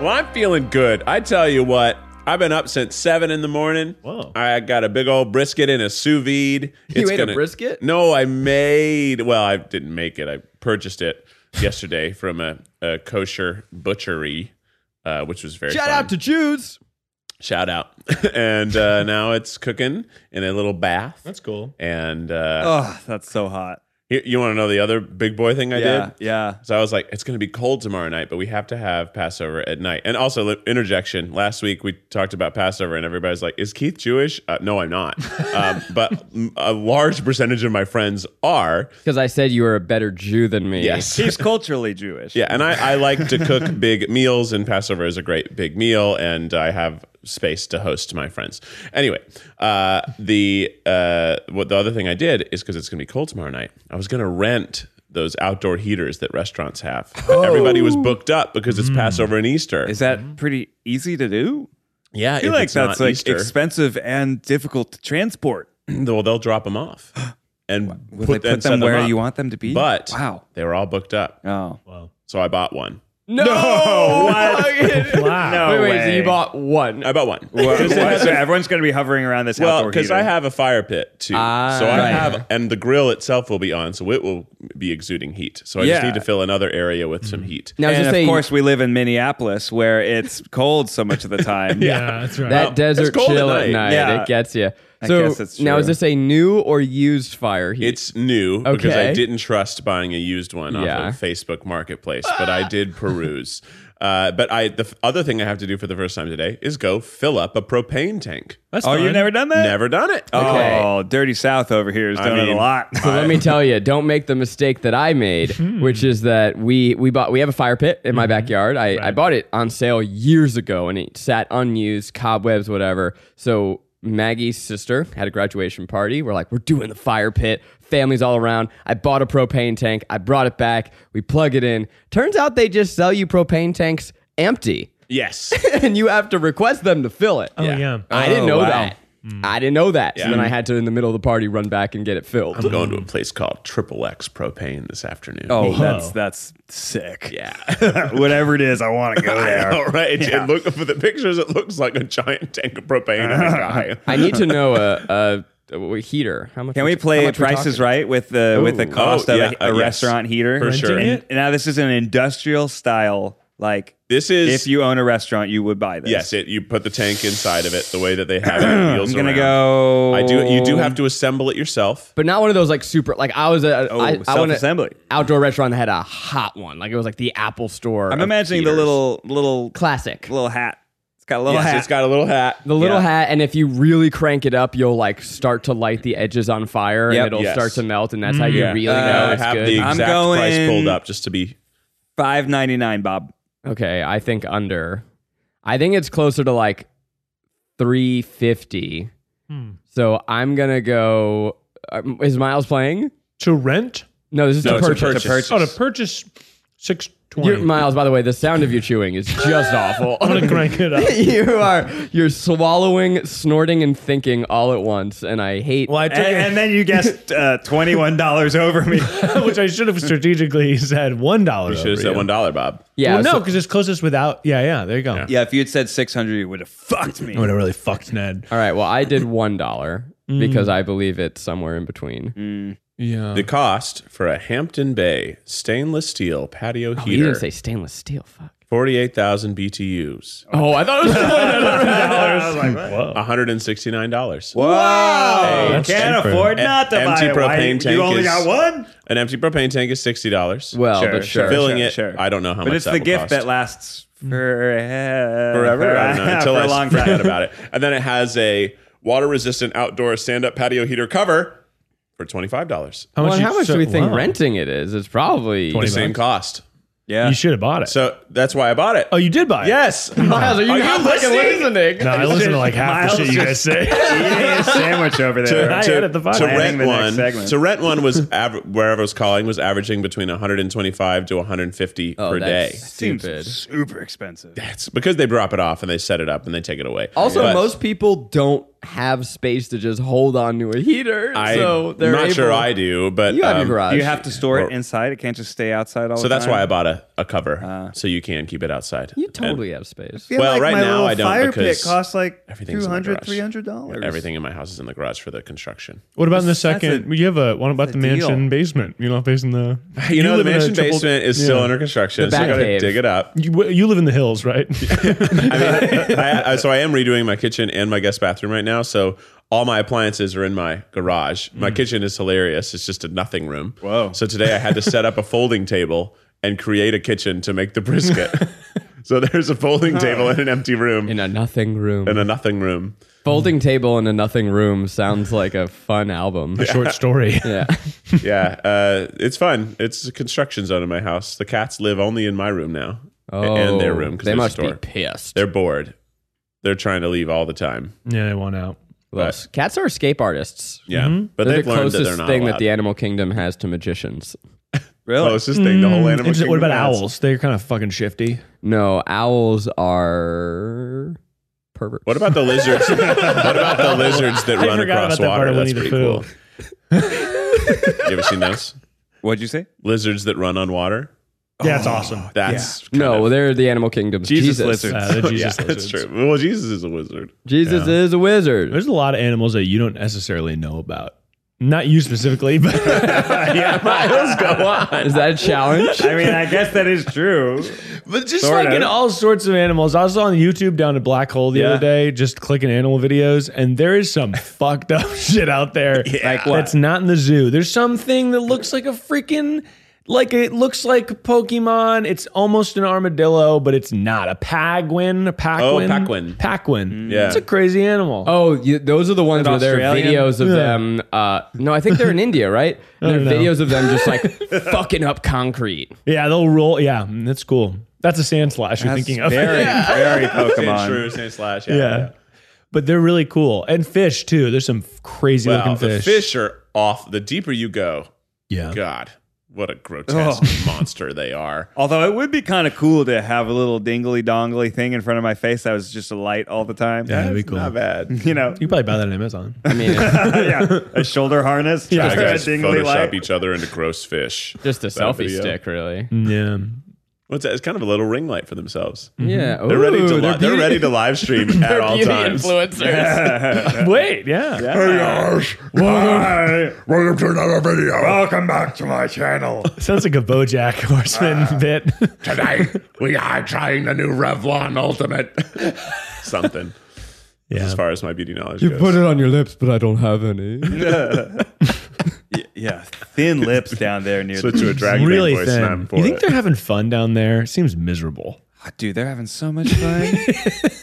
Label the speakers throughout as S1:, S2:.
S1: Well, I'm feeling good. I tell you what, I've been up since seven in the morning.
S2: Whoa.
S1: I got a big old brisket in a sous vide.
S2: You ate a brisket?
S1: No, I made. Well, I didn't make it. I purchased it yesterday from a, a kosher butchery, uh, which was very.
S2: Shout
S1: fun.
S2: out to Jews.
S1: shout out, and uh, now it's cooking in a little bath.
S2: cool.
S1: and uh,
S2: Oh, that's so hot.
S1: you, you want to know the other big boy thing I
S2: yeah,
S1: did?
S2: yeah.
S1: So I was like, it's going to be cold tomorrow night, but we have to have Passover at night. And also, li- interjection last week we talked about Passover, and everybody's like, is Keith Jewish? Uh, no, I'm not. um, but a large percentage of my friends are.
S3: Because I said you were a better Jew than me.
S1: Yes.
S2: He's culturally Jewish.
S1: Yeah. And I, I like to cook big meals, and Passover is a great big meal, and I have space to host my friends. Anyway, uh, the, uh, what the other thing I did is because it's going to be cold tomorrow night, I was going to rent those outdoor heaters that restaurants have. But everybody
S4: Oh.
S1: was booked up because it's Passover and Easter.
S4: Is that pretty easy to do?
S1: Yeah,
S2: I feel
S1: if
S2: like
S1: it's not
S2: that's like
S1: Easter,
S2: expensive and difficult to transport.
S1: well, they'll drop them off and
S4: Will
S1: put,
S4: they
S1: and
S4: put
S1: set
S4: them where
S1: up.
S4: you want them to be?
S1: But
S4: wow.
S1: they were all booked up,
S4: Oh,
S1: so I bought one.
S3: No.
S2: Wow. No
S3: wait, wait. So
S2: way.
S3: you bought one.
S1: I bought one.
S2: What- so everyone's going to be hovering around this
S1: Well,
S2: outdoor
S1: because
S2: heater.
S1: I have a fire pit too,
S3: Ah,
S1: so I
S3: right.
S1: have, and the grill itself will be on, so it will be exuding heat. So I just
S2: Yeah.
S1: need to fill another area with some heat.
S3: Mm. Now,
S4: and
S3: just
S4: of
S3: say
S4: course we live in Minneapolis where it's cold so much of the time.
S5: Yeah, that's right.
S3: that
S1: it's
S3: desert
S1: cold at
S3: chill at
S1: night.
S3: night,
S2: Yeah.
S3: it gets you.
S4: I
S3: So
S4: guess that's
S3: now
S4: true.
S3: is this a new or used fire heat?
S1: It's new because I
S3: Okay.
S1: didn't trust buying a used one
S3: Yeah. Ah.
S1: off of Facebook Marketplace, but I did peruse. Uh, but I the f- other thing I have to do for the first time today is go fill up a propane tank.
S5: That's
S2: Oh,
S5: fine.
S2: you've never done that?
S1: Never done it.
S4: Oh, dirty South over here is
S1: I
S4: doing it
S1: mean-
S4: a lot.
S3: so let me tell you, don't make the mistake that I made,
S2: Hmm.
S3: which is that we we bought we have a fire pit in my
S2: Mm-hmm.
S3: backyard. I, I bought it on sale years ago and it sat unused, cobwebs, whatever. So Maggie's sister had a graduation party. We're like, we're doing the fire pit, families all around. I bought a propane tank. I brought it back. We plug it in. Turns out they just sell you propane tanks empty.
S1: Yes.
S3: and you have to request them to fill it.
S5: Oh, yeah. Mm.
S3: I
S4: Oh,
S3: didn't know
S4: wow.
S3: that. I didn't know that.
S1: Yeah.
S3: So then I had to, in the middle of the party, run back and get it filled.
S1: I'm going to a place called Triple X Propane this afternoon.
S4: Oh, that's that's sick.
S1: yeah.
S2: Whatever it is, I want to go there.
S1: All right. It- it look for the pictures. It looks like a giant tank of propane and a guy.
S3: I need to know a, a, a heater. How much?
S4: Can we
S3: how
S4: play
S3: much we
S4: Prices
S3: talking?
S4: Right with the with the
S3: Ooh.
S4: cost
S1: Oh,
S4: of
S1: yeah,
S4: a, a
S1: uh, yes.
S4: restaurant heater?
S1: For sure.
S5: Renting it?
S4: And now this is an industrial style like
S1: This is
S4: if you own a restaurant you would buy this.
S1: Yes, it, you put the tank inside of it the way that they have it. it
S4: I'm
S1: wheels
S4: going to
S1: around.
S4: go
S1: I do. You do have to assemble it yourself.
S3: But not one of those like super. Like I was at
S4: Oh,
S3: I, I went to
S4: self-assembly.
S3: outdoor restaurant that had a hot one. Like it was like the Apple Store.
S4: I'm
S3: of
S4: imagining the
S3: heaters.
S4: little little
S3: classic.
S4: little hat. It's got a little
S1: Yes,
S4: hat.
S1: it's got a little hat.
S3: The little
S4: Yeah.
S3: hat, and if you really crank it up, you'll like start to light the edges on fire,
S4: Yep.
S3: and it'll
S1: Yes.
S3: start to melt, and that's how
S5: Mm.
S3: you really know
S1: Uh, I
S3: it's
S1: have
S3: good.
S1: the exact
S4: I'm
S1: price
S4: going-
S1: pulled up just to be.
S4: 5.99 Bob.
S3: Okay, I think under. I think it's closer to like 350.
S5: Hmm.
S3: So I'm going to go uh, is Miles playing?
S5: To rent?
S3: No, this is
S1: No,
S3: to
S1: it's a
S3: purchase.
S1: purchase. To purchase.
S5: Oh, to purchase six twenty.
S3: You're- Miles, by the way, the sound of you chewing is just awful.
S5: I'm gonna crank it up.
S3: you are you're swallowing, snorting and thinking all at once and I hate
S5: Well, I took
S2: and, and then you guessed uh, $21 over me.
S5: which I should have strategically said one dollar.
S1: Should have said one dollar, Bob.
S3: Yeah.
S5: well,
S6: Oh,
S5: no,
S3: so-
S5: because it's closest without. Yeah, yeah. There you go.
S4: Yeah, if you had said 600 you would have fucked me.
S5: I would have really fucked Ned.
S3: all right, well, I did $1
S5: Mm.
S3: because I believe it's somewhere in between.
S1: Mm.
S5: Yeah.
S1: The cost for a Hampton Bay stainless steel patio
S3: Oh, you
S1: heater,
S3: didn't say stainless steel, fuck.
S1: forty-eight thousand BTUs,
S3: Oh, I thought it was
S2: I was like, whoa.
S1: one hundred and sixty-nine dollars.
S4: Wow.
S2: You
S5: That's
S2: can't
S5: cheaper.
S2: afford not to
S1: E, Empty
S2: buy it. Why-
S1: propane tank
S2: You only
S1: is-
S2: got one?
S1: An empty propane tank is sixty dollars.
S3: Well, but sure.
S1: Filling it, I don't know how
S4: But
S1: much
S4: it's
S1: that
S4: the
S1: will
S4: gift
S1: cost.
S4: that lasts for,
S1: forever. I don't know, until
S4: for
S1: I
S4: a long
S1: forget
S4: time.
S1: about it. And then it has a water resistant outdoor stand up patio heater cover for $25.
S6: How
S3: Well, and
S6: you-
S3: how much
S6: so-
S3: do we think
S6: wow.
S3: renting it is? It's probably
S1: The
S6: 20
S1: same cost.
S4: Yeah.
S6: You should have bought it.
S1: So that's why I bought it.
S6: oh, you did buy it.
S1: yes.
S3: Miles, are you not fucking listening?
S6: No, I listened to like half the shit you guys say.
S7: Eating a sandwich over there.
S6: I edit the podcast.
S1: to
S7: Planning
S1: rent
S7: the next
S1: one,
S7: segment.
S1: to rent one was aver- wherever I was calling was averaging between 125 to 150
S3: Oh,
S1: per
S3: that's
S1: day.
S3: Stupid.
S7: Super expensive.
S1: It's because they drop it off and they set it up and they take it away.
S3: Also,
S1: But
S3: most people don't have space to just hold on to a heater,
S1: I,
S3: so they're
S1: am not
S3: able-
S1: sure I do, but
S3: You have your
S1: um,
S3: garage.
S4: You have to store
S1: Or-
S4: it inside. It can't just stay outside all
S1: So
S4: the time.
S1: that's why I bought a, a cover, so you can keep it outside.
S3: Uh. You
S1: And
S3: totally have space.
S1: Well, right
S7: my
S1: now
S7: little
S1: I don't
S7: Fire pit
S1: because
S7: costs like
S1: everything's in my
S7: 200
S1: garage.
S7: 300 dollars.
S1: everything in my house is in the garage for the construction.
S6: What about in the
S4: That's a-
S6: second? you have a what about the
S4: a deal.
S6: mansion basement? You know, facing the.
S1: You, know, the
S6: live in a
S1: mansion
S6: triple-
S1: basement is still
S6: yeah.
S1: under construction,
S3: The
S1: so I
S3: back
S1: gotta
S3: cave.
S1: dig it up.
S6: You, you live in the hills, right?
S1: I mean, I, I, so I am redoing my kitchen and my guest bathroom right now. So all my appliances are in my garage. My kitchen is hilarious. It's just a nothing room.
S4: Whoa.
S1: So today I had to set up a folding table and create a kitchen to make the brisket. so there's a folding table in an empty room
S3: In a nothing room,
S1: in a nothing room.
S3: folding table in a nothing room sounds like a fun album.
S6: Short story.
S3: Yeah,
S1: Yeah, uh, it's fun. It's a construction zone in my house. The cats live only in my room now
S3: oh,
S1: and their room because
S3: they
S1: there's
S3: must
S1: a door.
S3: be pissed.
S1: They're bored. They're trying to leave all the time.
S6: Yeah, they want out.
S3: Plus, Cats are escape artists.
S1: Yeah,
S6: Mm-hmm.
S1: but
S3: They're
S1: they've
S3: the
S1: learned that they're
S3: closest
S1: not
S3: thing that
S1: allowed.
S3: the animal kingdom has to magicians.
S4: Really?
S1: closest thing the whole animal.
S6: And just- Mm, what
S1: kingdom
S6: about
S1: has.
S6: owls? They're kind of fucking shifty.
S3: No, owls are perverts.
S1: What about the lizards? what about the lizards that
S6: I
S1: run
S6: forgot
S1: across
S6: about that part
S1: water?
S6: of
S1: That's
S6: Winnie the
S1: pretty cool. you ever seen those
S4: What'd you say?
S1: lizards that run on water? Oh,
S6: Yeah, it's awesome.
S1: That's kind
S3: No,
S1: of-
S3: they're the animal kingdom.
S4: Jesus lizards.
S6: Uh, they're
S1: yeah,
S6: Jesus
S1: that's
S6: lizards.
S1: true. Well, Jesus is a wizard.
S3: Jesus is a wizard.
S6: There's a lot of animals that you don't necessarily know about. Not you specifically, but yeah, Miles, go on.
S3: Is that a challenge?
S7: I mean, I guess that is true.
S6: But just
S7: Sort
S6: like in
S7: of.
S6: all sorts of animals. I was on YouTube down at Black Hole the
S4: Yeah.
S6: other day, just clicking animal videos, and there is some fucked up shit out there.
S4: Like what?
S6: That's not in the zoo. There's something that looks like a freaking like it looks like Pokemon. It's almost an armadillo, but it's not. A paguin, a paquin.
S1: paquin.
S6: Paquin.
S1: Yeah.
S6: It's a crazy animal.
S3: Oh, you, those are the ones where there are
S4: Australian?
S3: videos of them. Uh, no, I think they're in India, right? There are
S6: no.
S3: videos of them just like fucking up concrete.
S6: Yeah, they'll roll. Yeah, mm, that's cool. That's a sand slash you're
S4: That's
S6: thinking of.
S4: very, very
S1: Same
S4: Pokemon.
S1: shrew, same slash.
S6: yeah. But they're really cool. And fish too. There's some crazy
S1: Wow,
S6: looking
S1: the
S6: fish.
S1: fish are off. The deeper you go,
S6: Yeah.
S1: God, what a grotesque monster they are.
S4: Although it would be kind of cool to have a little dingly dongly thing in front of my face that was just a light all the time.
S6: that'd be
S1: It's
S6: cool.
S1: Not bad.
S4: You know,
S6: You can probably buy that on Amazon.
S3: I mean, it's
S4: yeah, a shoulder harness,
S6: Yeah.
S1: I
S4: just a
S1: guys
S4: dingly
S1: Photoshop
S4: light.
S1: each other into gross fish.
S3: just a
S1: That
S3: selfie
S1: video.
S3: stick, really.
S6: yeah.
S1: What's that? It's kind of a little ring light for themselves.
S3: Yeah,
S1: They're ready to.
S3: Ooh,
S1: Li- they're,
S3: beauty-
S1: ready to live stream at
S3: they're
S1: all
S3: beauty
S1: times.
S3: influencers.
S1: Uh,
S6: Wait, yeah.
S7: Hi,
S8: Welcome to another video.
S7: welcome back to my channel.
S6: Sounds like a BoJack Horseman
S1: Ah.
S6: bit.
S8: Today, we are trying the new Revlon Ultimate.
S1: Something.
S6: yeah.
S1: As far as my beauty knowledge goes.
S3: it on your lips, but I don't have any.
S4: Yeah, thin lips down there near
S1: Switch
S4: the.
S1: to a dragon
S6: really
S1: voice and I'm
S6: thin.
S1: for
S6: You think
S1: it.
S6: they're having fun down there? Seems miserable.
S4: Oh, dude, they're having so much fun.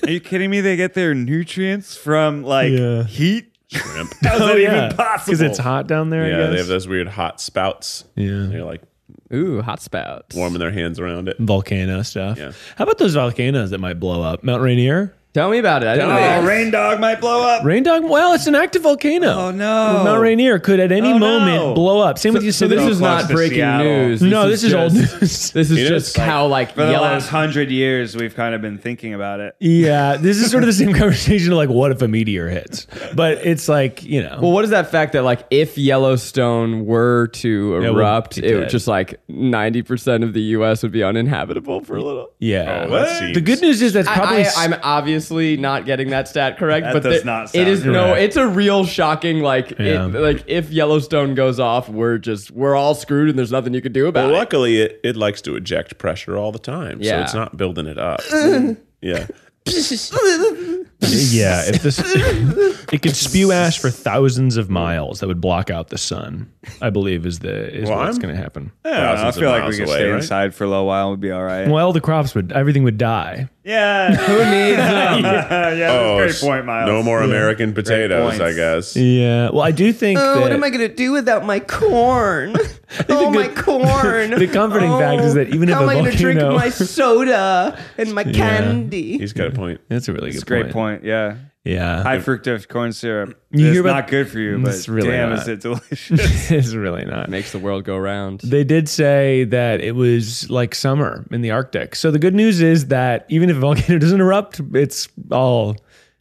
S4: Are you kidding me? They get their nutrients from like
S6: Yeah.
S4: heat.
S1: Shrimp. Oh,
S4: How's that even possible?
S6: Because it's hot down there.
S1: Yeah,
S6: I
S1: they
S6: guess.
S1: have those weird hot spouts.
S6: yeah.
S1: They're like
S3: Ooh, hot spouts.
S1: warming their hands around it.
S6: Volcano stuff.
S1: Yeah.
S6: How about those volcanoes that might blow up? Mount Rainier?
S3: Tell me about it. I don't
S4: Oh,
S3: know.
S4: rain dog might blow up.
S6: Rain Dog? Well, it's an active volcano.
S4: Oh, no.
S6: Mount Rainier could at any
S4: Oh,
S6: moment
S4: no.
S6: blow up. Same with you.
S3: So this
S6: Yosemite.
S3: is
S4: close
S3: not
S4: to
S3: breaking
S4: Seattle.
S3: news.
S6: no. This is, old
S3: just-
S6: news.
S3: This is
S1: It is.
S3: just how like
S4: For the
S3: yellow.
S4: last hundred years, we've kind of been thinking about it.
S6: yeah, this is sort of the same conversation of like, what if a meteor hits? But it's like you know,
S3: Well, what is that fact that like if Yellowstone were to
S6: we'll
S3: erupt,
S6: be
S3: it would
S6: dead.
S3: just like ninety percent of the U.S. would be uninhabitable for a little.
S6: yeah.
S1: Oh, that seems-
S6: the good news is that's probably
S3: I, I, I'm obviously not getting that stat correct,
S4: That
S3: but
S4: does
S3: the-
S4: not
S3: it is
S4: sound
S3: no.
S6: correct.
S3: It's a real shocking like
S6: Yeah.
S3: it, like if Yellowstone goes off, we're just we're all screwed and there's nothing you can do about
S1: Well,
S3: it.
S1: luckily it, it likes to eject pressure all the time. So
S3: Yeah.
S1: it's not building it up. yeah.
S6: yeah, if this, it could spew ash for thousands of miles that would block out the sun. I believe is the is
S1: Well,
S6: what's
S1: I'm-
S6: going to happen.
S4: Yeah, I
S1: Thousands of
S4: feel like we
S1: miles
S4: could
S1: away,
S4: stay
S1: right?
S4: inside for a little while. We'd be all right.
S6: Well, the crops would everything would die.
S4: Yeah.
S3: Who needs them?
S4: yeah, yeah, that's a great point, Miles.
S1: Oh, No more American potatoes,
S4: points.
S1: I guess.
S6: Yeah. Well, I do think
S9: Oh,
S6: that
S3: gonna do without my corn? oh my corn!
S6: the comforting fact is that even if a volcano,
S3: soda and my
S6: candy?
S1: He's got a point.
S6: that's a really
S4: It's a
S6: good
S4: great point. Yeah.
S6: Yeah.
S4: High fructose corn syrup.
S6: You
S4: it's
S6: hear about- Mm,
S4: not good for you, but
S6: It's really
S4: damn,
S6: not.
S4: is it delicious.
S6: it's really not.
S3: Makes the world go round.
S6: They did say that it was like summer in the Arctic. So the good news is that even if a volcano doesn't erupt, it's all,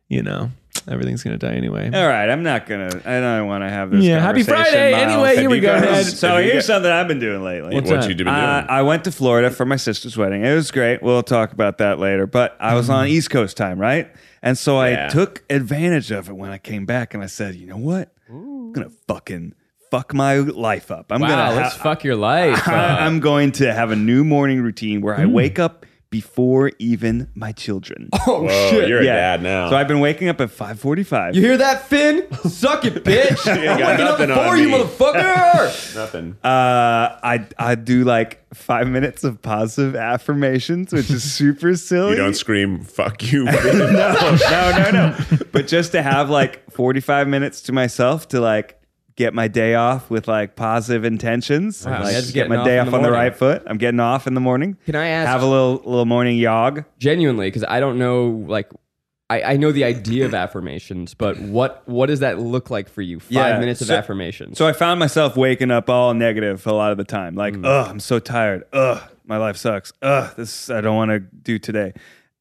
S6: you know, everything's going to die anyway.
S4: All right, I'm not gonna. I don't want to have this.
S6: Yeah, happy
S4: conversation,
S6: Friday.
S4: Miles.
S6: Anyway, here we
S4: You
S6: go, Ned.
S4: guys- So here's something I've been doing lately.
S1: What you
S6: that?
S1: been doing?
S4: Uh, I went to Florida for my sister's wedding. It was great. We'll talk about that later. But I was
S6: Mm.
S4: on East Coast time, right? And so I
S1: Yeah.
S4: took advantage of it when I came back, and I said, you know what? I'm gonna fucking fuck my life up. I'm
S3: Wow,
S4: gonna
S3: let's
S4: ha-
S3: fuck your life. up.
S4: I, am going to have a new morning routine where
S3: Mm.
S4: I wake up before even my children.
S3: Oh,
S1: Whoa, you're a dad now.
S4: So I've been waking up at 5:45.
S3: You hear that, Finn? Suck it, bitch! I'm
S1: ain't got
S3: waking up
S1: nothing on
S3: for you,
S1: me.
S3: motherfucker!
S1: Nothing.
S4: Uh, I I do like five minutes of positive affirmations, which is super silly.
S1: you don't scream, fuck you.
S4: no, no, no, no. But just to have like 45 minutes to myself to like get my day off with like positive intentions.
S3: Wow,
S4: like,
S3: Ned's
S4: get
S3: getting
S4: my
S3: off in
S4: day off
S3: the
S4: on the
S3: morning.
S4: right foot. I'm getting off in the morning.
S3: Can I ask-
S4: Have a little little morning jog.
S3: Genuinely, because I don't know, like, I, I know the idea of affirmations, but what what does that look like for you? Five
S4: Yeah,
S3: minutes of
S4: so-
S3: affirmations.
S4: So I found myself waking up all negative a lot of the time. Like,
S3: Hmm.
S4: ugh, I'm so tired. Ugh, my life sucks. Ugh, this I don't want to do today.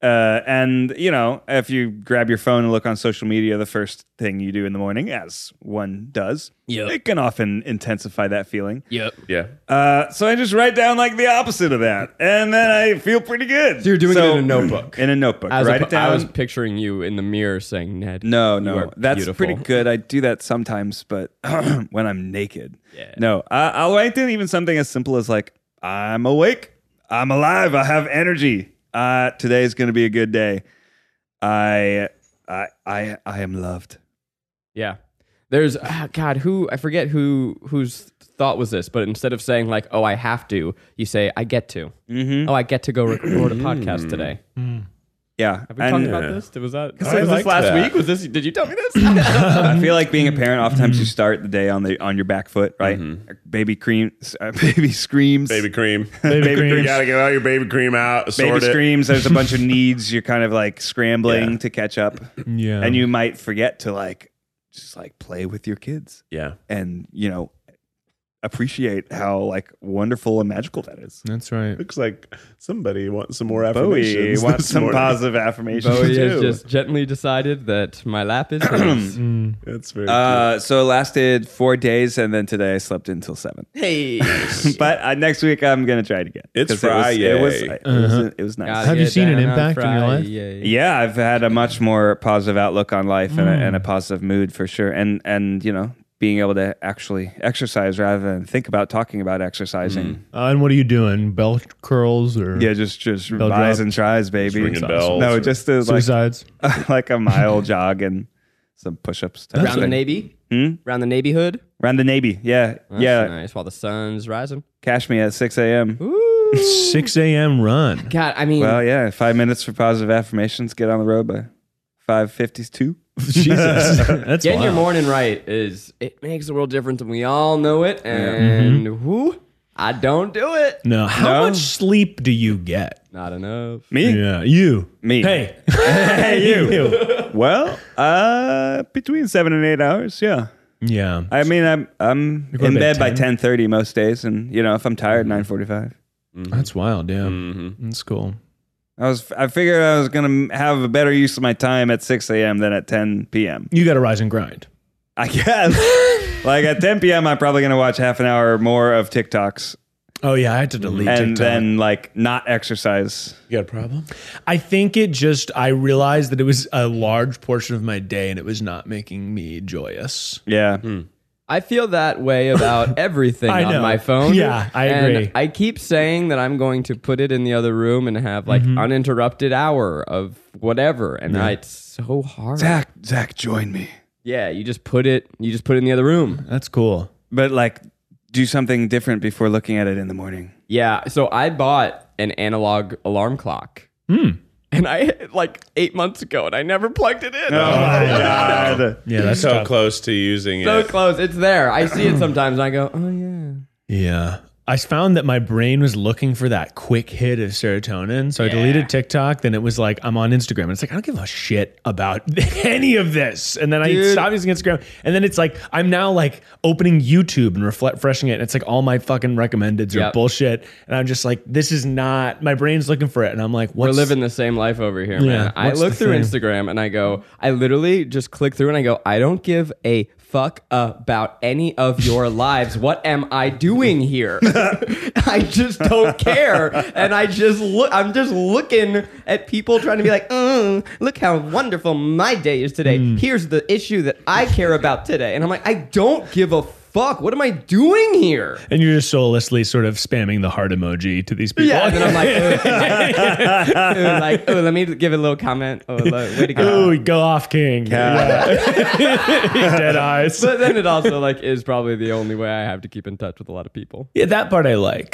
S4: Uh, and you know, if you grab your phone and look on social media, the first thing you do in the morning, as one does,
S3: Yep.
S4: it can often intensify that feeling.
S3: yep.
S1: yeah.
S4: Uh, so I just write down like the opposite of that, and then I feel pretty good.
S3: So you're doing
S4: So-
S3: it in a notebook.
S4: In a notebook,
S3: I was,
S4: write it down.
S3: I was picturing you in the mirror saying, Ned.
S4: No,
S3: you
S4: no,
S3: are
S4: that's
S3: beautiful."
S4: pretty good. I do that sometimes, but when I'm naked,
S3: Yeah.
S4: no, I, I'll write down even something as simple as like, I'm awake, I'm alive, I have energy. Uh, today is going to be a good day. I, I, I, I am loved.
S3: Yeah. There's ah, God, who I forget who whose thought was this, but instead of saying like, "Oh, I have to," you say, "I get to." Mm-hmm. Oh, I get to go record a podcast today.
S4: Yeah,
S3: Have we talked about this? Was that?
S6: I
S3: was this
S6: liked
S3: last
S6: that.
S3: week? Was this? Did you tell me this?
S4: I feel like being a parent. Oftentimes,
S3: Mm-hmm.
S4: you start the day on the on your back foot, right? Baby cream, uh, baby screams,
S1: Baby cream.
S6: Baby
S4: Baby
S6: creams.
S1: You gotta get all your baby cream out,
S4: baby
S1: sort it.
S4: screams. There's a bunch of needs. You're kind of like scrambling
S1: Yeah.
S4: to catch up,
S6: Yeah.
S4: and you might forget to like just like play with your kids,
S1: Yeah.
S4: and you know appreciate how like wonderful and magical that is.
S6: That's right.
S1: Looks like somebody wants some more
S4: Bowie
S1: affirmations.
S4: wants
S1: this
S4: some
S1: morning.
S4: positive affirmations
S3: Bowie has
S4: too.
S3: just gently decided that my lap is his.
S6: Mm.
S1: That's very
S4: uh, so it lasted four days, and then today I slept until seven.
S3: hey,
S4: but uh, next week I'm gonna try it again.
S1: It's
S4: 'Cause It was, it
S1: Friday.
S4: was, it was, it was nice.
S3: Gotta
S6: Have you
S3: get
S6: seen an
S3: down on
S6: impact in your life?
S3: Friday.
S4: Yeah, I've had a much more positive outlook on life and, a, and a positive mood for sure, and and you know being able to actually exercise rather than think about talking about exercising.
S6: Uh, and what are you doing? Bell curls or
S4: Yeah, just just
S6: Mm. Bell
S4: buys
S6: drop.
S4: and tries, baby.
S1: Ringing bells
S4: no,
S1: or-
S4: just as like,
S6: suicides?
S4: like a mile jog and some push-ups. type
S3: Round the
S4: thing.
S3: navy.
S6: Hmm?
S3: Round the navy hood.
S4: Round the Navy. Yeah,
S3: That's
S4: yeah.
S3: nice. While the sun's rising.
S4: Cash me at six a.m.
S3: Ooh.
S6: 6 a.m. run.
S3: God, I mean,
S4: Well, yeah, five minutes for positive affirmations. Get on the road by five fifty-two.
S6: Jesus. That's
S3: Getting your
S6: wild.
S3: morning right is it makes a real difference, and we all know it. And
S6: Mm-hmm.
S3: whoo, I don't do it.
S6: No. How
S4: No?
S6: much sleep do you get?
S3: Not enough.
S4: Me,
S6: Yeah. You.
S4: me.
S6: Hey. hey, you.
S4: Well, uh, between seven and eight hours. Yeah.
S6: Yeah.
S4: I mean, I'm I'm
S6: go
S4: in
S6: to
S4: bed
S6: bed
S4: by ten thirty most days, and you know if I'm tired, nine forty five.
S6: That's wild. Yeah. That's cool.
S4: I was I figured I was gonna have a better use of my time at six a.m. than at ten p.m.
S6: You got to rise and grind.
S4: I guess. like at ten p.m., I'm probably gonna watch half an hour more of TikToks,
S6: Oh yeah, I had to delete
S4: and
S6: TikTok.
S4: then like not exercise.
S1: you got a problem?
S6: I think it just I realized that it was a large portion of my day and it was not making me joyous.
S4: Yeah,
S3: I feel that way about everything
S6: I
S3: on
S6: know.
S3: my phone.
S6: Yeah, I
S3: And
S6: agree.
S3: I keep saying that I'm going to put it in the other room and have like
S6: Mm-hmm.
S3: uninterrupted hour of whatever, and I, it's so hard.
S4: Zach, Zach, join me.
S3: Yeah, you just put it. You just put it in the other room.
S6: That's cool.
S4: But like, do something different before looking at it in the morning.
S3: Yeah. So I bought an analog alarm clock. Hmm. And I like eight months ago, and I never plugged it in.
S1: Oh.
S6: Yeah, that's
S1: so close to using
S3: so
S1: it.
S3: close. It's there. I see it sometimes. And I go, oh yeah.
S6: Yeah. I found that my brain was looking for that quick hit of serotonin. So I deleted TikTok. Then it was like, I'm on Instagram. And it's like, I don't give a shit about any of this. And then I stopped using Instagram. And then it's like, I'm now like opening YouTube and refle- refreshing it. And it's like all my fucking recommendeds are
S3: Yep.
S6: bullshit. And I'm just like, this is not, my brain's looking for it. And I'm like, what's
S3: We're living the same life over here, man.
S6: Yeah,
S3: I
S6: what's
S3: look
S6: the
S3: through
S6: thing?
S3: Instagram and I go, I literally just click through and I go, I don't give a fuck about any of your lives. What am I doing here? I just don't care. And I just look, I'm just looking at people trying to be like, mm, look how wonderful my day is today.
S6: Mm.
S3: Here's the issue that I care about today. And I'm like, I don't give a fuck. What am I doing here?
S6: And you're just soullessly sort of spamming the heart emoji to these people.
S3: Yeah, and then I'm like, "Ugh." Ugh, like, oh, let me give a little comment. Oh, look, way to go.
S6: Ooh, go off, King. Yeah. Dead eyes.
S3: But then it also like is probably the only way I have to keep in touch with a lot of people.
S6: yeah, that part I like.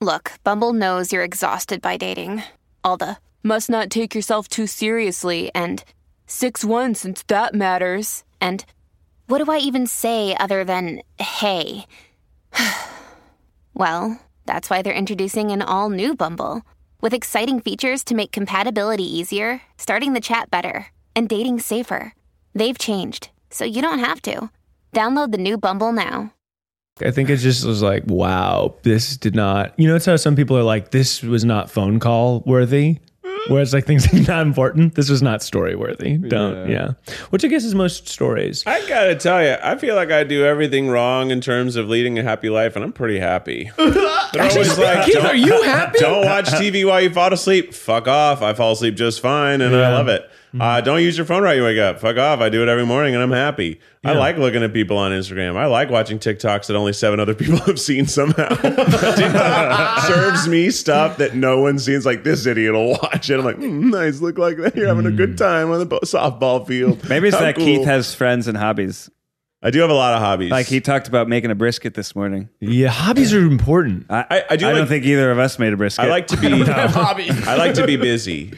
S10: Look, Bumble knows you're exhausted by dating. All the must not take yourself too seriously and 6 1 since that matters. And what do I even say other than hey? well, that's why they're introducing an all new Bumble with exciting features to make compatibility easier, starting the chat better, and dating safer. They've changed, so you don't have to. Download the new Bumble now.
S6: I think it just was like, wow, this did not. You know, it's how some people are like, this was not phone call worthy. Whereas like things are not important. This was not story worthy. Don't yeah. Which I guess is most stories.
S1: I gotta tell you, I feel like I do everything wrong in terms of leading a happy life, and I'm pretty happy. They're always like,
S6: Keith,
S1: "Don't-
S6: are you happy?
S1: Don't watch TV while you fall asleep. Fuck off. I fall asleep just fine and I love it. Uh, don't use your phone right you wake up. Fuck off. I do it every morning and I'm happy. I like looking at people on Instagram. I like watching TikToks that only seven other people have seen somehow. TikTok serves me stuff that no one sees. Like this idiot will watch it. I'm like, mm, nice. Look like that. You're having a good time on the bo- softball field.
S4: Maybe it's
S1: How
S4: that
S1: cool.
S4: Keith has friends and hobbies.
S1: I do have a lot of hobbies.
S4: Like he talked about making a brisket this morning.
S6: Yeah, hobbies are important.
S1: I- I do
S4: I
S1: like-
S4: don't think either of us made a brisket.
S1: I like to be. I like to be busy.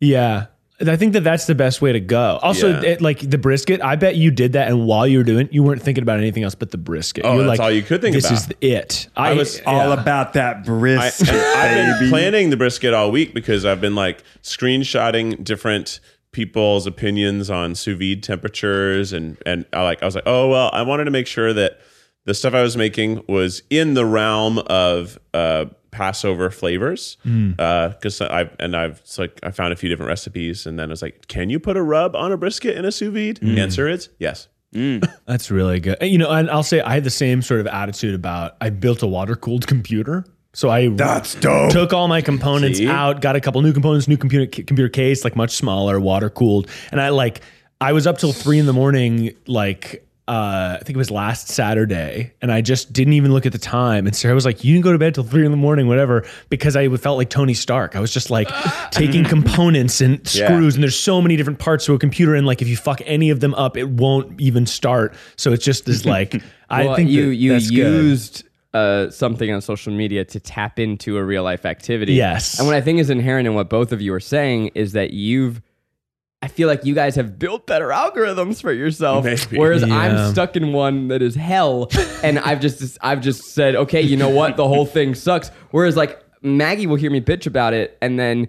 S6: Yeah. I think that that's the best way to go. Also,
S1: Yeah.
S6: it, like the brisket, I bet you did that, and while you were doing, it, you weren't thinking about anything else but the brisket.
S1: Oh,
S6: you were
S1: that's
S6: like,
S1: all you could think
S6: this
S1: about.
S6: is it. I, uh,
S1: was
S4: all
S6: yeah.
S4: about that
S1: I,
S4: brisket.
S1: have been planning the brisket all week because I've been like screenshotting different people's opinions on sous vide temperatures and and I like I was like, oh well, I wanted to make sure that the stuff I was making was in the realm of uh, Passover flavors
S4: Hmm.
S1: because I've and I've it's like I found a few different recipes and then I was like, can you put a rub on a brisket in a sous vide?
S4: Hmm.
S1: The answer is yes.
S6: That's really good. And, You know, and I'll say I had the same sort of attitude about I built a water cooled computer. So I
S2: That's dope.
S6: took all my components
S1: See?
S6: out, got a couple new components, new computer c- computer case, like much smaller, water cooled, and I like I was up till three in the morning, like. Uh, I think it was last Saturday, and I just didn't even look at the time. And Sarah was like, "You didn't go to bed till three in the morning, whatever," because I felt like Tony Stark. I was just like taking components and
S1: Yeah.
S6: screws, and there's so many different parts to a computer, and like if you fuck any of them up, it won't even start. So it just is like I
S3: Well,
S6: think
S3: you
S6: that
S3: you
S6: that's good.
S3: used uh, something on social media to tap into a real life activity.
S6: Yes.
S3: And what I think is inherent in what both of you are saying is that you've. I feel like you guys have built better algorithms for yourself,
S1: Maybe.
S3: whereas
S6: Yeah.
S3: I'm stuck in one that is hell, and I've just I've just said, okay, you know what, the whole thing sucks. Whereas like Maggie will hear me bitch about it, and then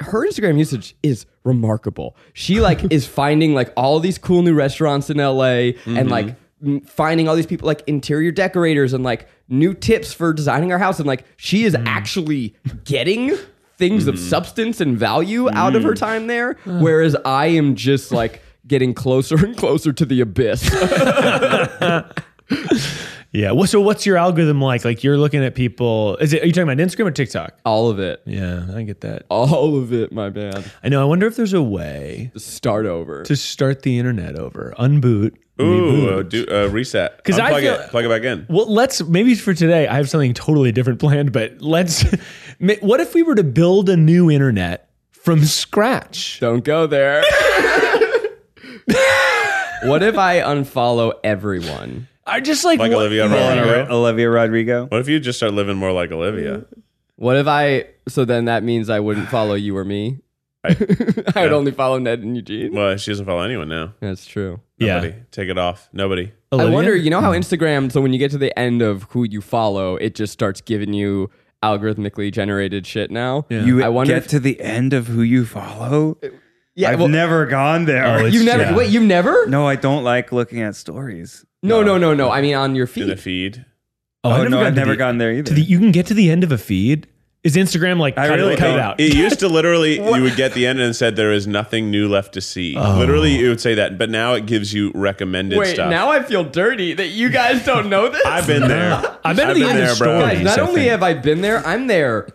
S3: her Instagram usage is remarkable. She like is finding like all these cool new restaurants in LA, and like m- finding all these people like interior decorators and like new tips for designing our house, and like she is actually getting things of substance and value out of her time there, whereas I am just like. Getting closer and closer to the abyss.
S6: Yeah. Well, so what's your algorithm like? Like you're looking at people. Is it? Are you talking about Instagram or TikTok?
S3: All of it.
S6: Yeah, I get that.
S3: All of it, my man.
S6: I know. I wonder if there's a way
S3: Start over.
S6: to start the internet over, unboot,
S1: Ooh, do uh, reset.
S6: 'Cause I
S1: Unplug
S6: feel-
S1: it, plug it back in.
S6: Well, let's maybe for today. I have something totally different planned, but let's. ma- What if we were to build a new internet from scratch?
S3: Don't go there. what if I unfollow everyone?
S6: I just like,
S1: Like
S6: what-
S1: Olivia Rodrigo.
S4: Olivia Rodrigo.
S1: What if you just start living more like
S6: Mm.
S1: Olivia?
S3: What if I? So then that means I wouldn't follow you or me. I, would only follow Ned and Eugene.
S1: Well, she doesn't follow anyone now.
S3: That's true.
S6: Yeah,
S1: Nobody. Take it off. Nobody.
S3: I
S6: Olivia?
S3: wonder. You know how Instagram? So when you get to the end of who you follow, it just starts giving you algorithmically generated shit now. Yeah.
S4: You
S3: I wonder
S4: get
S3: if-
S4: to the end of who you follow. I've
S3: well,
S4: never gone there.
S3: you never.
S6: yeah.
S3: Wait, you never?
S4: no, I don't like looking at stories.
S3: no, no, no, no. I mean, on your
S1: In the
S3: feed.
S1: feed.
S6: Oh,
S4: Oh,
S6: I've never,
S4: no,
S6: gotten,
S4: I've
S6: to
S4: never
S6: the,
S4: gotten there either.
S6: to the. You can get to the end of a feed. Is Instagram like
S4: I
S6: cut,
S4: really
S6: it- cut it
S4: don't. e-
S6: out?
S1: It used to literally, you would get the end and said there is nothing new left to see.
S6: Oh.
S1: Literally, it would say that, but now it gives you recommended
S3: Wait,
S1: stuff.
S3: now I feel dirty that you guys don't know this.
S1: I've been there.
S6: I've been to the end of
S3: Guys,
S6: stories.
S3: not
S6: I
S3: only
S6: think.
S3: have I been there, I'm there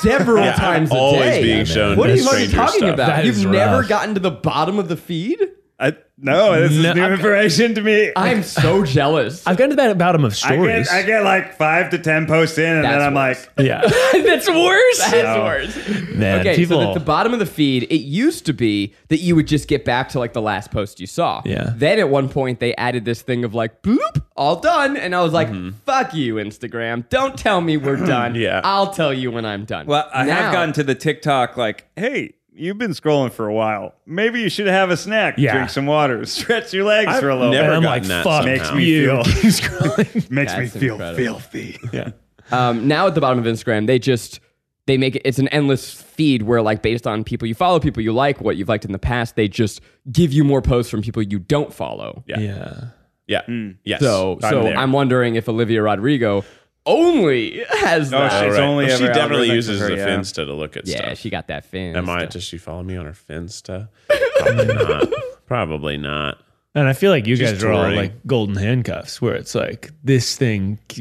S3: several
S1: Yeah, I'm
S3: times a
S1: always
S3: day.
S1: being shown
S3: What are you fucking
S1: stranger
S3: talking
S1: stuff.
S3: about?
S6: That
S3: You've
S6: is
S3: never
S6: rough.
S3: gotten to the bottom of the feed?
S4: I, no, this
S6: No,
S4: is new
S6: I've-
S4: information to me. I,
S3: I'm so jealous.
S6: I've gotten to that bottom of stories.
S4: get, I get like five to ten posts in, and
S3: That's
S4: then I'm
S3: worse.
S4: like,
S6: yeah,
S3: That's worse. That's
S4: No.
S3: worse.
S6: man,
S3: okay,
S6: people.
S3: so at the bottom of the feed, it used to be that you would just get back to like the last post you saw.
S6: Yeah.
S3: Then at one point they added this thing of like bloop, all done, and I was like, "Fuck you, Instagram! Don't tell me we're done.
S1: Yeah.
S3: I'll tell you when I'm done."
S4: well, I
S3: Now-
S4: have gotten to the TikTok like, hey. You've been scrolling for a while. Maybe you should have a snack,
S6: Yeah.
S4: drink some water, stretch your legs for a little
S1: never
S6: and I'm
S1: gotten
S6: like,
S1: that
S6: fuck
S1: somehow.
S4: Makes me
S6: you.
S4: feel-
S6: Keep scrolling.
S4: bit. Makes
S3: That's
S4: me feel
S3: incredible.
S4: filthy.
S3: um, now at the bottom of Instagram, they just they make it it's an endless feed where like based on people you follow, people you like, what you've liked in the past, they just give you more posts from people you don't follow.
S6: yeah.
S1: Yeah.
S4: Hmm.
S1: Yes.
S3: So
S1: I'm
S3: so
S1: there.
S3: I'm wondering if Olivia Rodrigo only has
S4: Oh,
S3: that.
S4: shit.
S1: All
S4: It's only
S1: But she
S4: ever
S1: definitely
S4: algorithmic
S1: uses
S4: for her,
S1: the
S4: yeah.
S1: Finsta to look at
S3: Yeah,
S1: stuff.
S3: she got that fin.
S1: Am I? Does she follow me on her Finsta? Probably not. Probably not.
S6: And I feel like you
S1: Just
S6: guys are all
S1: touring.
S6: like golden handcuffs, where it's like this thing,